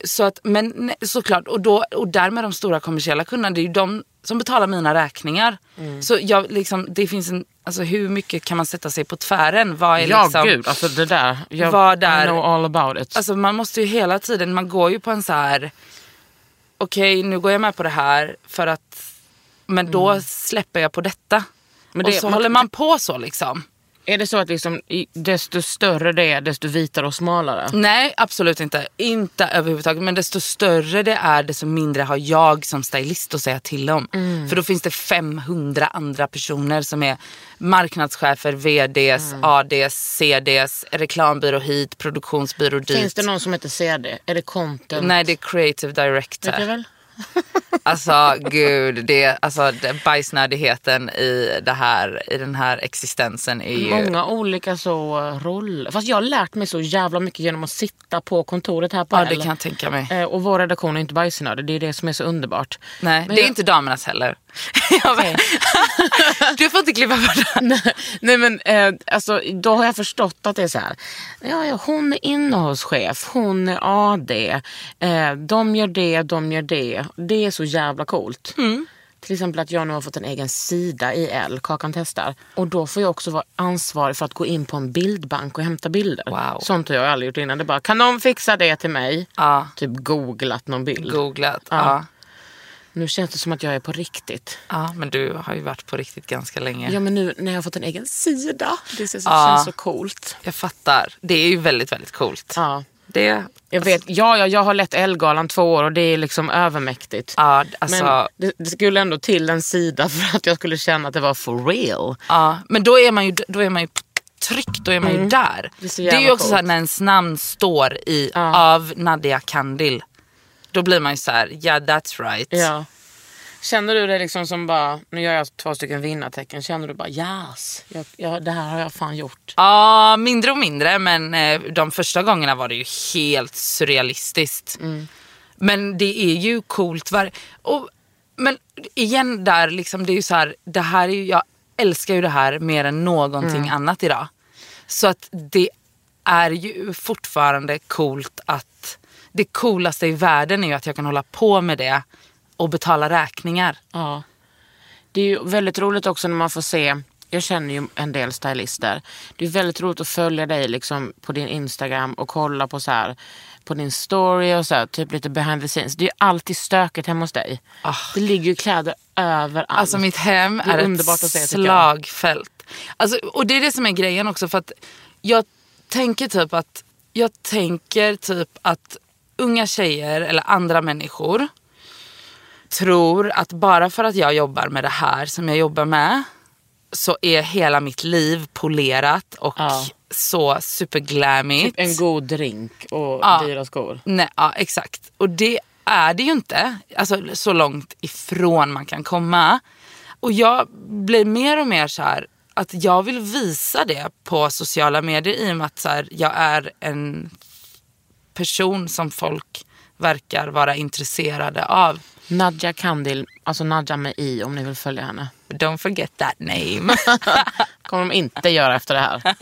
D: Så att, men ne- såklart, och, då, och därmed de stora kommersiella kunderna, det är ju de som betalar mina räkningar.
A: Mm.
D: Så jag, liksom, det finns en, alltså, hur mycket kan man sätta sig på tvären? Vad är
A: Ja
D: liksom,
A: gud, alltså det där. Jag,
D: Var där-
A: I know all about it.
D: Alltså man måste ju hela tiden, man går ju på en så här okej nu går jag med på det här för att men då släpper jag på detta.
A: Mm. Men
D: och
A: det-
D: så
A: man-
D: håller man på så liksom.
A: är det så att liksom, i- desto större det är, desto vitare och smalare?
D: Nej absolut inte, inte överhuvudtaget. Men desto större det är desto mindre har jag som stylist att säga till om.
A: Mm.
D: För då finns det 500 andra personer som är marknadschefer, vds,
A: Mm.
D: ads, cds, reklambyrå hit, produktionsbyrå dit.
A: Finns det någon som heter CD? Är det content?
D: Nej det är creative director.
A: Det är väl?
D: Alltså gud, det, alltså, det, bajsnödigheten i, det här, i den här existensen är ju...
A: Många olika så eh, roller. Fast jag har lärt mig så jävla mycket genom att sitta på kontoret här på
D: ja,
A: L.
D: det kan jag tänka mig.
A: Eh, Och vår redaktion är inte bajsnödig, det är det som är så underbart.
D: Nej,
A: Men
D: det är
A: jag-
D: inte damernas heller. Jag bara- du får inte klippa bort det. här.
A: Nej men eh, alltså, då har jag förstått att det är så här. Ja, ja, hon är innehållschef, hon är AD, eh, de gör det, de gör det. Det är så jävla coolt.
D: Mm.
A: Till exempel att jag nu har fått en egen sida i L, Kakan testar. Och då får jag också vara ansvarig för att gå in på en bildbank och hämta bilder.
D: Wow.
A: Sånt har jag aldrig gjort innan. Det är bara, kan någon fixa det till mig?
D: Ja,
A: Typ googlat någon bild.
D: googlat. Ja.
A: Ja.
D: Ja.
A: Nu känns det som att jag är på riktigt.
D: men du har ju varit på riktigt ganska länge.
A: Ja men nu när jag har fått en egen sida. Det känns,
D: Ja.
A: känns så coolt.
D: Jag fattar. Det är ju väldigt, väldigt coolt.
A: Ja.
D: Det,
A: Jag vet, ja, ja, jag har lett Ellegalan två år och det är liksom övermäktigt.
D: ja, alltså,
A: Men
D: men,
A: det, det skulle ändå till en sida för att jag skulle känna att det var for real.
D: ja, men då är man ju, då är man ju tryckt, då är man ju där.
A: Mm. Det är så
D: Det är ju
A: jävla
D: också så här,
A: coolt.
D: när ens namn står i
A: Ja.
D: av Nadia Kandil. Då blir man ju så här, yeah that's right.
A: Ja. Känner du det liksom som bara, nu gör jag två stycken vinnartecken, känner du bara yes, jag, jag, det här har jag fan gjort.
D: Ja, mindre och mindre men eh, de första gångerna var det ju helt surrealistiskt. Men det är ju coolt. Var- och, men igen där, liksom, det är ju så här, det här är ju, jag älskar ju det här mer än någonting annat idag. Så att det är ju fortfarande coolt att, det coolaste i världen är ju att jag kan hålla på med det och betala räkningar.
A: Ja. Det är ju väldigt roligt också när man får se, jag känner ju en del stylister. Det är väldigt roligt att följa dig liksom på din Instagram och kolla på så här på din story och så här, typ lite behind the scenes. Det är ju alltid stökigt hemma hos dig. Det ligger ju kläder överallt.
D: Ah. Alltså mitt hem
A: Det är
D: är,
A: underbart
D: ett
A: att se, tycker jag.
D: slagfält. Alltså, och det är det som är grejen också för att jag tänker typ att jag tänker typ att unga tjejer eller andra människor tror att bara för att jag jobbar med det här som jag jobbar med så är hela mitt liv polerat och
A: Ja.
D: så superglammigt.
A: Typ en god drink och
D: Ja.
A: dyra skor.
D: Nej, ja, exakt. Och det är det ju inte. Alltså så långt ifrån man kan komma. Och jag blir mer och mer så här att jag vill visa det på sociala medier i och med att så här, jag är en person som folk verkar vara intresserade av.
A: Nadja Kandil, alltså Nadja med i om ni vill följa henne.
D: Don't forget that name.
A: kommer de inte göra efter det här.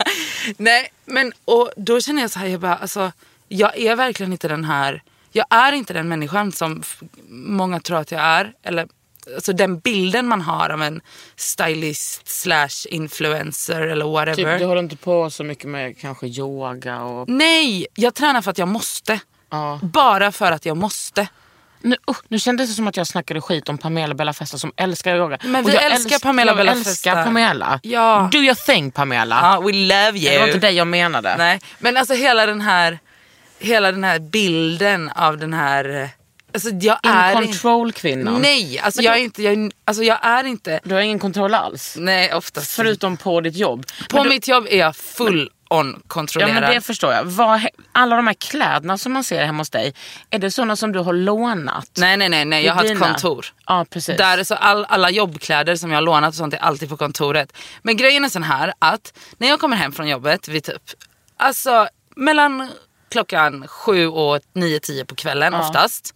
D: Nej, men och då känner jag så här, jag bara, alltså, jag är verkligen inte den här, jag är inte den människan som f- många tror att jag är. Eller, alltså den bilden man har av en stylist slash influencer eller whatever.
A: Typ, du håller inte på så mycket med kanske yoga och...
D: Nej, jag tränar för att jag måste.
A: Ja.
D: Bara för att jag måste.
A: Nu, uh, nu kändes det som att jag snackade skit om Pamela Bella Festa som älskar yoga.
D: Men
A: Och
D: vi
A: jag
D: älskar
A: älsk-
D: Pamela
A: jag
D: Bella
A: älskar
D: Festa.
A: Pamela.
D: Ja.
A: Do your thing Pamela.
D: Ja, Ah, we love you.
A: Det var inte dig jag menade.
D: Nej, men alltså hela den här, hela den här bilden av den här, alltså jag är
A: In
D: inte-
A: control kvinnan.
D: Nej, alltså jag, är inte, jag, är- alltså jag är inte...
A: Du har ingen kontroll alls.
D: Nej, oftast
A: Förutom på ditt jobb.
D: På
A: Men du-
D: mitt jobb är jag full on
A: Ja
D: kontrollerad.
A: men det förstår jag. Vad, he- alla de här kläderna som man ser hemma hos dig, är det sådana som du har lånat?
D: Nej, nej, nej, nej.
A: Det är
D: jag har ett
A: dina.
D: kontor.
A: Ja precis.
D: Där är så all, alla jobbkläder som jag har lånat och sånt är alltid på kontoret. Men grejen är sån här att när jag kommer hem från jobbet vid typ, alltså mellan klockan sju och nio, tio på kvällen oftast.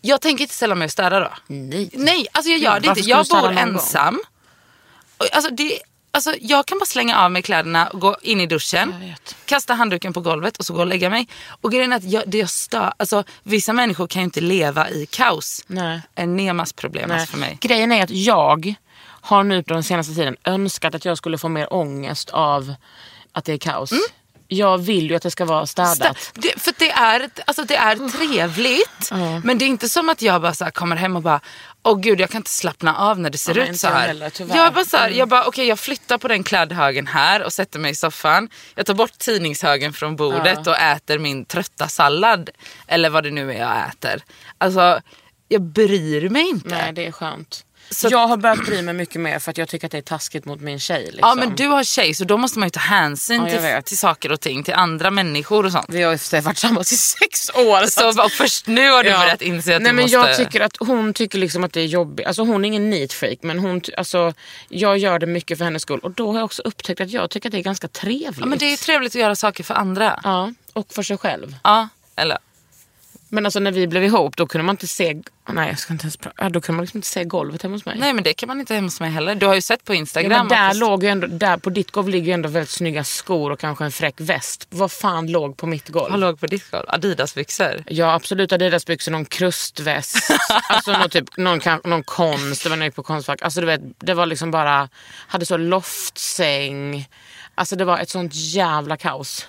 D: Jag tänker inte ställa mig och städa då.
A: Nej.
D: Nej, alltså jag gör
A: Ja,
D: det
A: varför
D: inte.
A: skulle du
D: Jag
A: ställa
D: bor
A: någon gång?
D: ensam. Och, alltså det, alltså, jag kan bara slänga av mig kläderna och gå in i duschen,
A: Jag vet.
D: kasta handduken på golvet och så gå och lägga mig. Och grejen är att jag, det jag stör, alltså, vissa människor kan ju inte leva i kaos.
A: Nej.
D: En Nemas problem alltså, för mig.
A: Grejen är att jag har nu på den senaste tiden önskat att jag skulle få mer ångest av att det är kaos.
D: Mm.
A: Jag vill ju att det ska vara städat.
D: Sta- Det, för det är, ett- alltså det är trevligt,
A: Oh.
D: men det är inte som att jag bara så här kommer hem och bara Åh gud jag kan inte slappna av när det ser
A: Ja, men
D: ut
A: inte
D: så
A: jag
D: här.
A: heller, tyvärr. Mm.
D: jag bara, så här, jag bara okej jag flyttar på den kladdhögen här och sätter mig i soffan. Jag tar bort tidningshögen från bordet och äter min trötta sallad. Eller vad det nu är jag äter. Alltså jag bryr mig inte.
A: Nej, det är skönt.
D: Så-
A: jag har börjat bry mig mycket mer för att jag tycker att det är taskigt mot min tjej. Liksom.
D: Ja men du har tjej så då måste man ju ta hänsyn
A: Ja, jag
D: till,
A: vet.
D: till saker och ting, till andra människor och sånt.
A: Vi har ju för sig varit tillsammans i sex år.
D: Så bara, först nu har du börjat inse att
A: Nej,
D: du
A: men
D: måste...
A: Jag tycker att hon tycker liksom att det är jobbigt. Alltså, hon är ingen neat freak men hon, ty- alltså, jag gör det mycket för hennes skull. Och då har jag också upptäckt att jag tycker att det är ganska trevligt.
D: Ja, men det är ju trevligt att göra saker för andra. Ja.
A: Ja, och för sig själv.
D: eller?
A: Men alltså när vi blev ihop då kunde man inte se... Nej jag ska inte ens prata. Ja, Då kunde man liksom inte se golvet hemma hos mig.
D: Nej, men det kan man inte hemma hos mig heller. Du har ju sett på
A: Ja,
D: Instagram.
A: men där
D: att-
A: låg ju ändå, där på ditt golv ligger ju ändå väldigt snygga skor och kanske en fräck väst. Vad fan låg på mitt golv?
D: Vad låg på ditt golv? Adidas-byxor.
A: Ja absolut Adidas-byxor, någon krustväst, alltså någon, typ, någon, kan- någon konst, det var när jag gick på konstfack. Alltså du vet, det var liksom bara, hade så loftsäng. Alltså det var ett sånt jävla kaos.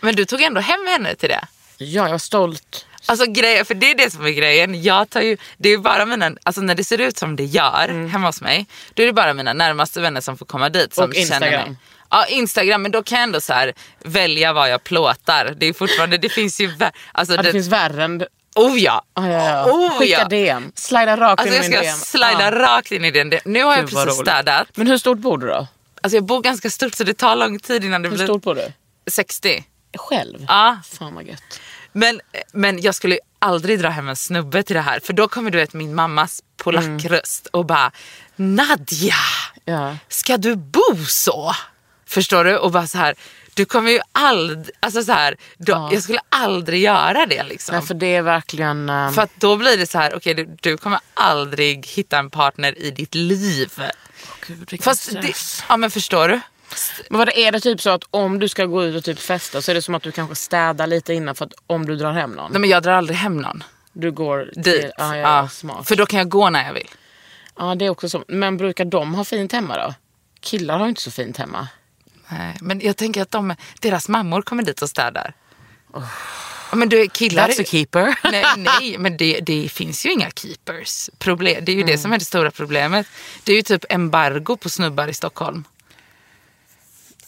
D: Men du tog ändå hem henne till det.
A: Ja, jag var stolt.
D: Alltså grejen, för det är det som är grejen. Jag tar ju, det är ju bara mina, alltså när det ser ut som det gör
A: Mm.
D: hemma hos mig, då är det bara mina närmaste vänner som får komma dit. Som
A: Och Instagram.
D: Känner mig. Ja, Instagram, men då kan jag ändå så här, välja vad jag plåtar. Det är fortfarande, det finns ju, vä- alltså
A: Ja, det
D: det,
A: finns värre än...
D: oh ja.
A: Ah, ja, ja.
D: Oh,
A: Skicka
D: ja.
A: DM, slida rakt
D: Alltså
A: in
D: jag
A: i min
D: ska
A: DM.
D: slida
A: Ja.
D: rakt in i den. Det- Nu har jag
A: Gud, vad
D: precis
A: roligt.
D: städat.
A: Men hur stort bor du då?
D: Alltså jag bor ganska stort så det tar lång tid innan det
A: Hur
D: blir
A: stort bor du?
D: 60.
A: Själv?
D: Ja.
A: Fan vad gött.
D: Men, men jag skulle ju aldrig dra hem en snubbe till det här för då kommer du vet min mammas polackröst och bara Nadja,
A: Ja.
D: ska du bo så? Förstår du? Och bara så här, du kommer ju aldrig, alltså så här, då, jag skulle aldrig göra det liksom.
A: Nej,
D: för
A: för det är verkligen... eh,
D: att då blir det så här, okej du, du kommer aldrig hitta en partner i ditt liv.
A: Gud,
D: Fast det, ja men förstår du?
A: Men vad det är det typ så att om du ska gå ut och typ festa så är det som att du kanske städar lite innan för att om du drar hem någon.
D: Nej, men jag drar aldrig hem någon
A: Du går
D: dit.
A: Ja, ja, ja.
D: Ja,
A: Smart.
D: För då kan jag gå när jag vill.
A: ja, det är också så. Men brukar de ha fint hemma då? Killar har ju inte så fint hemma.
D: Nej, Eh, men jag tänker att de, deras mammor kommer dit och städar. Oh. Ja, Men du, killar...
A: That's a keeper.
D: nej, nej, men det, det finns ju inga keepers. Problem, det är ju det som är det stora problemet. Det är ju typ embargo på snubbar i Stockholm.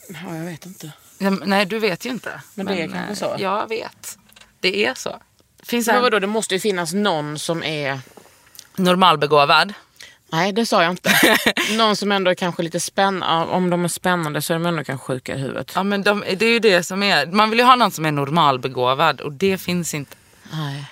A: Ja, jag vet inte.
D: Ja, men Nej, du vet ju inte.
A: Men det är kanske
D: eh,
A: så.
D: Jag vet. Det är så. Finns
A: Men
D: en
A: vadå, det måste ju finnas någon som är...
D: normalbegåvad.
A: Nej, det sa jag inte. någon som ändå är kanske lite spännande. Om de är spännande så är de ändå kanske sjuka i huvudet.
D: Ja, men de, det är ju det som är. Man vill ju ha någon som är normalbegåvad och det finns inte.
A: Nej,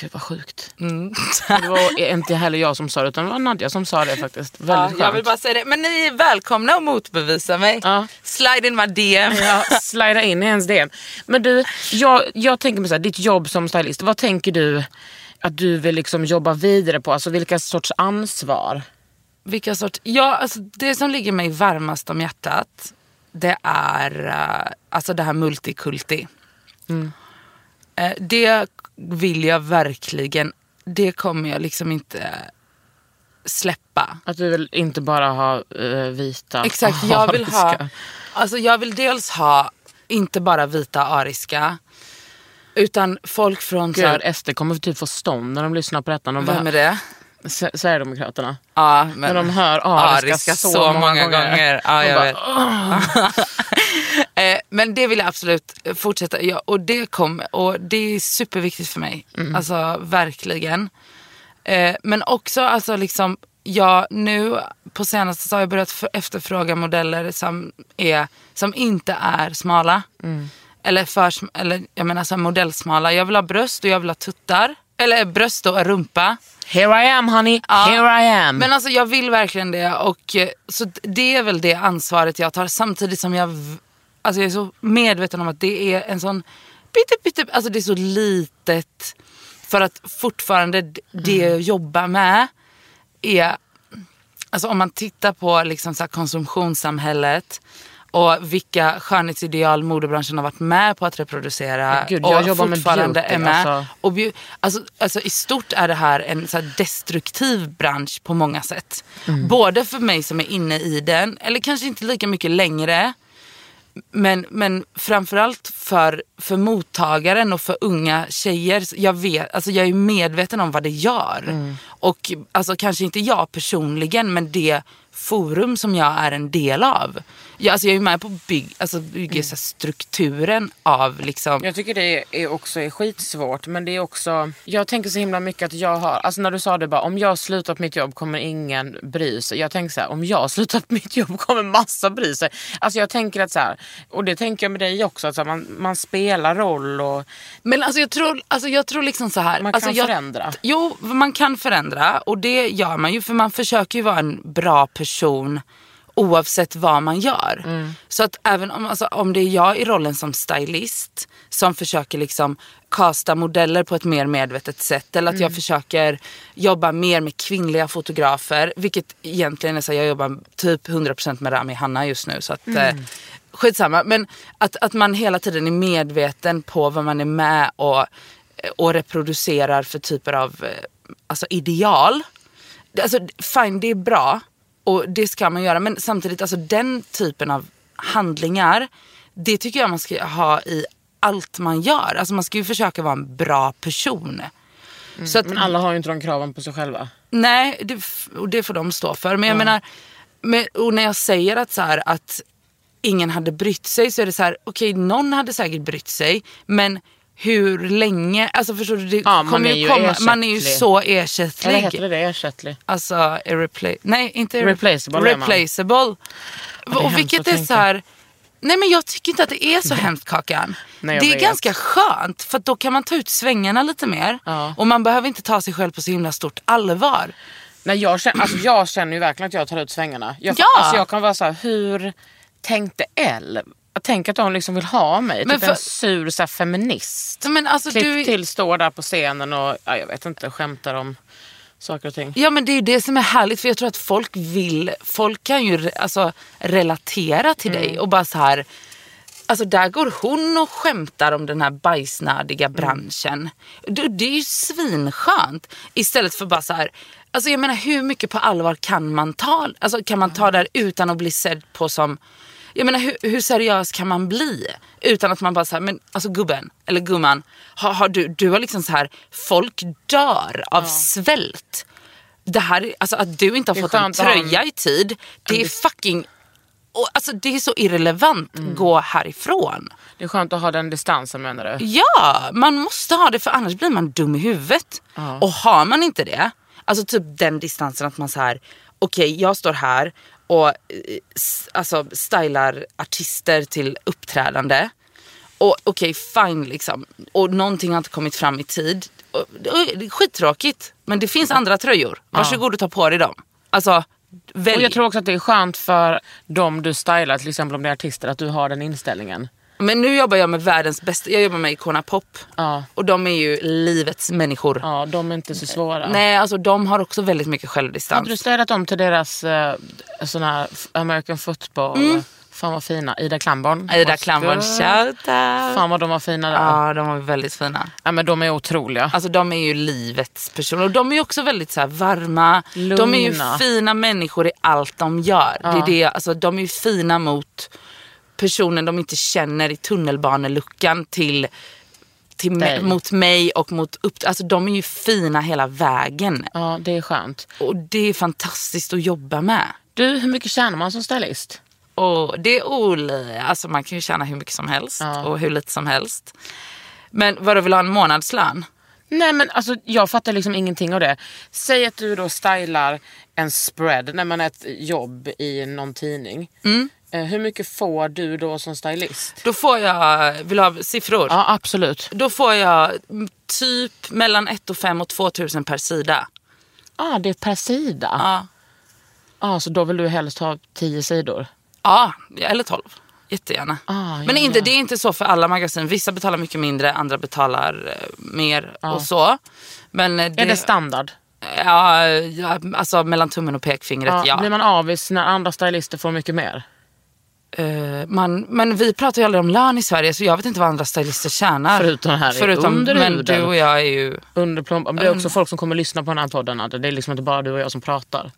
A: gud vad sjukt.
D: Mm.
A: Det var e- inte heller jag som sa det utan det var Nadja som sa det faktiskt. Väldigt
D: Ja,
A: skönt.
D: jag vill bara säga det. Men ni är välkomna att motbevisa mig.
A: Ja.
D: Slide in my DM.
A: Ja, slida in i ens DM. Men du, jag, jag tänker mig så här, ditt jobb som stylist, vad tänker du att du vill liksom jobba vidare på? Alltså vilka sorts ansvar?
D: Vilka sorts... Ja, alltså, det som ligger mig varmast om hjärtat det är eh, alltså det här multikulti. Mm. Eh, det vill jag verkligen. Det kommer jag liksom inte släppa.
A: Att du vill inte bara ha eh, vita
D: Exakt, jag vill ha...
A: ariska.
D: Alltså jag vill dels ha inte bara vita ariska utan folk från... så här-
A: Gud, SD kommer typ få stånd när de lyssnar på detta. De bara,
D: vem är det?
A: S- Sverigedemokraterna.
D: Ja, men,
A: När de hör ariska, så, många, gånger.
D: Ja,
A: De
D: jag
A: bara, "Ah."
D: vet. Eh, men det vill jag absolut fortsätta ja, och det kom och det är superviktigt för mig.
A: Mm.
D: Alltså verkligen. Eh, men också alltså liksom, ja, nu på senaste så har jag börjat f- efterfråga modeller som, är, som inte är smala.
A: Mm.
D: Eller, för, sm- eller jag menar så här, modellsmala. Jag vill ha bröst och jag vill ha tuttar. Eller bröst och rumpa.
A: Here I am honey,
D: Ja.
A: here I am.
D: Men alltså jag vill verkligen det. Och, eh, så d- det är väl det ansvaret jag tar samtidigt som jag, v- alltså jag är så medveten om att det är en sån pytte, pytte, alltså det är så litet.
A: Mm.
D: För att fortfarande d- det jag jobbar med är Alltså om man tittar på liksom så här konsumtionssamhället och vilka skönhetsideal modebranschen har varit med på att reproducera
A: Men gud, jag
D: och
A: jobbar med
D: fortfarande
A: beauty,
D: är med.
A: alltså.
D: Och beau- alltså, alltså, I stort är det här en så här destruktiv bransch på många sätt.
A: Mm.
D: Både för mig som är inne i den, eller kanske inte lika mycket längre. Men, men framförallt för, för mottagaren och för unga tjejer. så Jag, vet, alltså jag är medveten om vad det gör.
A: Mm.
D: Och alltså, Kanske inte jag personligen, men det forum som jag är en del av. Jag, alltså, jag är med på att bygg, alltså, bygga så här strukturen av... Liksom,
A: Mm. Jag tycker det är också är skitsvårt men det är också, jag tänker så himla mycket att jag har, alltså när du sa det bara om jag slutat mitt jobb kommer ingen bry sig. Jag tänker så här, om jag slutat mitt jobb kommer massa bry sig. Alltså jag tänker att så här, och det tänker jag med dig också, att så här, man, man spelar roll och
D: Men alltså jag tror, alltså jag tror liksom så här.
A: Man kan
D: alltså jag,
A: förändra.
D: Jo, man kan förändra och det gör man ju för man försöker ju vara en bra person oavsett vad man gör. Så att även om, alltså, om det är jag i rollen som stylist som försöker liksom kasta modeller på ett mer medvetet sätt eller att jag försöker jobba mer med kvinnliga fotografer vilket egentligen är så här, jag jobbar typ 100% med Rami Hanna just nu så att eh, skitsamma men att, att man hela tiden är medveten på vad man är med och eh, och reproducerar för typer av eh, alltså, ideal. Det- Alltså, fine, det är bra och det ska man göra. Men samtidigt, alltså, den typen av handlingar, det tycker jag man ska ha i allt man gör. Alltså, man ska ju försöka vara en bra person. Så att,
A: Mm, Men alla har ju inte de kraven på sig själva.
D: Nej, det, f- och det får de stå för. Men jag menar, men, och när jag säger att, så här, att ingen hade brytt sig så är det så här, okej någon hade säkert brytt sig men hur länge, alltså förstår du, det
A: Ja, man
D: kommer
A: är ju
D: man är ju
A: ersättlig.
D: så
A: Eller
D: ersättlig.
A: heter det det? Ersättlig?
D: Alltså, irreplaceable. Nej, inte
A: Replaceable är man.
D: replaceable.
A: är
D: och
A: hemskt
D: vilket
A: att
D: är
A: tänka.
D: så här, nej men jag tycker inte att det är så hemskt Kakan.
A: Nej, jag
D: det är
A: vet.
D: ganska skönt för att då kan man ta ut svängarna lite mer.
A: Ja.
D: Och man behöver inte ta sig själv på så himla stort allvar.
A: Nej, jag, känner, alltså, jag känner ju verkligen att jag tar ut svängarna. Jag,
D: Ja!
A: alltså, jag kan vara så här, hur tänkte L? Tänk att de liksom vill ha mig,
D: Men
A: typ en
D: för-
A: sur så här, feminist.
D: Men alltså,
A: Klipp
D: du,
A: till, står där på scenen och ja, jag vet inte, skämtar om saker och ting.
D: Ja men det är ju det som är härligt för jag tror att folk vill, folk kan ju re- alltså, relatera till
A: Mm.
D: dig och bara så här. Alltså där går hon och skämtar om den här bajsnödiga
A: Mm.
D: branschen. Det, det är ju svinskönt. Istället för bara så här. Alltså jag menar hur mycket på allvar kan man ta, alltså, kan man ta där utan att bli sedd på som jag menar hur, hur seriös kan man bli? Utan att man bara såhär, men alltså gubben eller gumman, har, har du, du har liksom så här, folk dör av svält. Det här, är- alltså att du inte har
A: Det är
D: fått en
A: skönt att ha en-
D: tröja i tid, det är fucking, och, alltså det är så irrelevant,
A: Mm.
D: gå härifrån.
A: Det är skönt att ha den distansen menar du?
D: Ja, man måste ha det för annars blir man dum i huvudet. Och har man inte det, alltså typ den distansen att man så här, okej jag står här och eh, s- alltså stylar artister till uppträdande. Och okej fine liksom, och någonting har inte kommit fram i tid. Och, och, det är skittråkigt, men det finns andra tröjor. Varsågod och ta på dig dem. Alltså, välj.
A: Och jag tror också att det är skönt för dem du stylar, till exempel om det är artister, att du har den inställningen.
D: Men nu jobbar jag med världens bästa, jag jobbar med Icona Pop.
A: Ja.
D: Och de är ju livets människor.
A: Ja, de är inte så svåra.
D: Nej, alltså de har också väldigt mycket
A: Hade Eh, du
D: självdistans.
A: städat dem till deras eh, sån här f- American football, fan vad fina, Mm. Ida Klamborn.
D: Ida Klamborn, shout out.
A: Fan vad de var fina där. Ja.
D: Ja, de var väldigt fina.
A: men de är otroliga.
D: Alltså de är ju livets personer. Och de är ju också väldigt så här varma. De är ju
A: Lugna.
D: fina människor i allt de gör. Det är det, alltså, de är ju fina mot personen de inte känner i tunnelbaneluckan till, till mig,
A: Dig.
D: mot mig och mot upp... Alltså de är ju fina hela vägen.
A: Ja, det är skönt.
D: Och det är fantastiskt att jobba med.
A: Du, hur mycket tjänar man som stylist?
D: Och det är olika. Alltså man kan ju tjäna hur mycket som helst
A: Ja.
D: och hur lite som helst. Men vad du vill ha en månadslön?
A: Nej men alltså jag fattar liksom ingenting av det. Säg att du då stylar en spread, när man är ett jobb i någon tidning.
D: Mm.
A: Eh, Hur mycket får du då som stylist?
D: Då får jag, vill du ha siffror?
A: Ja absolut.
D: Då får jag mm, typ mellan 1 och 5 och 2 000 per sida.
A: ah, det är per sida.
D: Ja.
A: Ah, så då vill du helst ha tio sidor?
D: ja, eller 12. Jättegärna.
A: Ah, ja,
D: Men inte,
A: ja.
D: det är inte så för alla magasin. Vissa betalar mycket mindre, andra betalar eh, mer och så. Men eh, det,
A: Är det standard?
D: Eh, Ja, ja, alltså mellan tummen och pekfingret, ja.
A: Ja, Blir man avis när andra stylister får mycket mer?
D: Eh, man, men vi pratar ju aldrig om lön i Sverige så jag vet inte vad andra stylister tjänar.
A: Förutom här i
D: Förutom,
A: Under
D: men
A: huden.
D: du och jag är ju...
A: Underplomb. Men Det är också
D: Mm.
A: folk som kommer lyssna på den här podden. Adde. Det är liksom inte bara du och jag som pratar.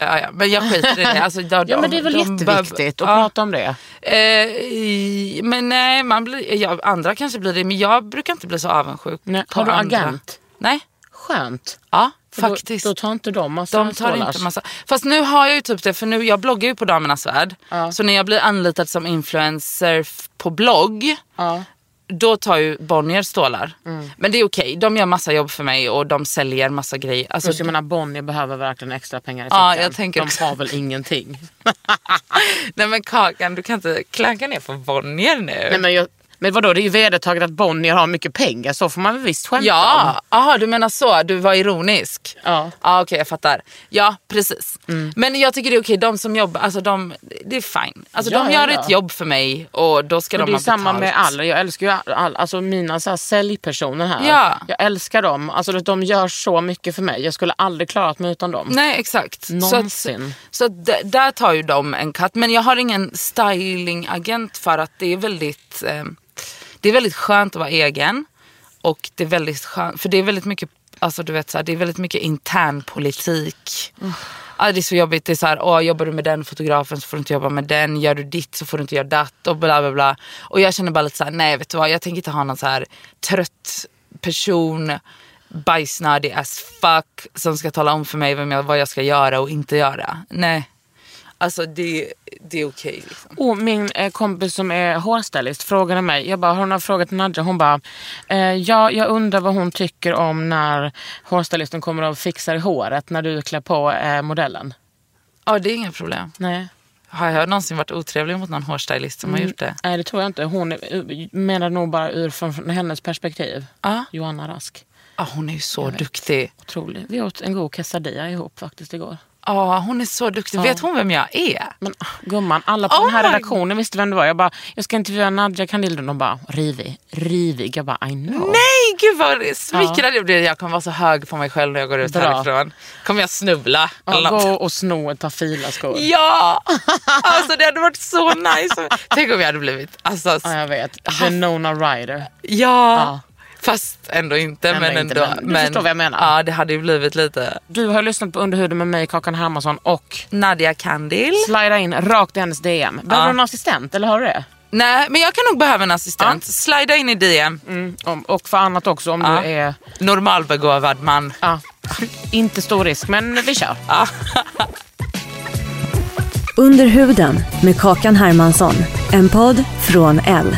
D: Ja, ja, men jag skiter i det. Alltså, de,
A: Ja men det är väl
D: de- de bör-
A: jätteviktigt att
D: ja.
A: prata om det.
D: Eh, i- men nej, man blir, ja, andra kanske blir det. Men jag brukar inte bli så avundsjuk.
A: Nej,
D: på
A: har du
D: andra.
A: agent?
D: Nej,
A: Skönt.
D: ja,
A: För
D: faktiskt.
A: Då, då tar inte de massa alltså.
D: de tar
A: stålars.
D: inte massa... Fast nu har jag ju typ det, för nu, jag bloggar ju på Damernas Värld.
A: Ja.
D: Så när jag blir anlitad som influencer f- på blogg,
A: Ja. Mm.
D: då tar ju Bonnier stålar. Men det är okej, de gör massa jobb för mig och de säljer massa grejer. Alltså,
A: Så jag menar Bonnier behöver verkligen extra pengar i fickan.
D: Ja, jag tänker
A: de
D: också.
A: har väl ingenting.
D: Nej men Kakan, du kan inte klanka ner på Bonnier nu.
A: Nej, men, jag, men vadå, det är ju vedertaget att Bonnier har mycket pengar. Så får man väl visst skämta om.
D: Ja, aha, du menar så. Du var ironisk.
A: Ja. Mm.
D: okej jag fattar. Ja, precis. Men jag tycker det är okej, de som jobbar, alltså de, det är fine. Alltså
A: Ja,
D: de
A: ja,
D: gör
A: ja.
D: ett jobb för mig och då ska
A: Men
D: de
A: det är
D: ha
A: samma
D: betalt.
A: med alla. Jag älskar ju all, all, alltså mina så här säljpersoner här.
D: Ja.
A: Jag älskar dem. Alltså, att de gör så mycket för mig. Jag skulle aldrig klarat mig utan dem.
D: Nej exakt.
A: Någonsin.
D: Så, att, så att d- där tar ju de en katt. Men jag har ingen stylingagent för att det är väldigt, eh, det är väldigt skönt att vara egen. Och det är väldigt skönt, för det är väldigt mycket, alltså du vet så här, det är väldigt mycket intern politik. Ah, det är så jobbigt, det är så här, åh, jobbar du med den fotografen så får du inte jobba med den, gör du ditt så får du inte göra datt och bla bla bla. Och jag känner bara lite så här, nej vet du vad, jag tänker inte ha någon så här trött person bajsnödig as fuck som ska tala om för mig vem jag, vad jag ska göra och inte göra. Nej. Alltså det, det är okej. liksom.
A: Och min eh, kompis som är hårstylist frågade mig, jag bara, har du några frågor till Nadja? Hon bara, eh, ja, jag undrar vad hon tycker om när hårstylisten kommer och fixar i håret när du klär på eh, modellen.
D: Ja, det är inga problem.
A: Nej.
D: Har jag någonsin varit otrevlig mot någon hårstylist som har gjort det?
A: Nej, det tror jag inte. Hon eh, menar nog bara ur från, från hennes perspektiv.
D: Ja.
A: Johanna Rask.
D: Ah, hon är ju så duktig.
A: Otrolig. Vi åt en god quesadilla ihop faktiskt igår.
D: Ja, hon är så duktig. Vet hon vem jag är?
A: Men ah, gumman, alla på
D: Oh
A: den här
D: my-
A: redaktionen visste vem det var. Jag bara, jag ska intervjua Nadja Kandilden. De bara, rivig, rivig. Jag bara, I know.
D: Nej, gud vad smickrad jag blir. Jag kommer vara så hög på mig själv när jag går ut
A: Bra.
D: härifrån. Kommer jag snubbla?
A: Ja,
D: eller något?
A: gå och sno ett par filaskor.
D: Ja! Alltså det hade varit så nice. Tänk om jag hade blivit... Alltså,
A: Ja, jag vet. Venona Ryder.
D: Ja.
A: Ja.
D: Fast ändå inte.
A: Ändå
D: men
A: inte,
D: ändå.
A: men du förstår vad jag menar.
D: Ja, det hade ju blivit lite...
A: Du har lyssnat på Underhuden med mig, Kakan Hermansson och
D: Nadia Kandil.
A: slida in rakt i hennes DM. Behöver
D: Ja.
A: du en assistent eller har du det?
D: Nej, men jag kan nog behöva en assistent. Slida in i DM.
A: Om, och för annat också om
D: Ja.
A: du är...
D: Normalbegåvad man.
A: Ja, inte stor risk, men vi kör.
B: Under huden med Kakan Hermansson. En podd från L.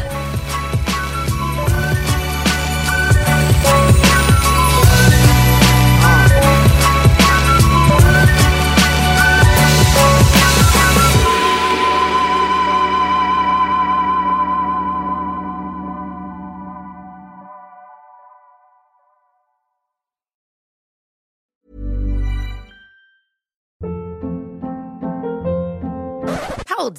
E: Hold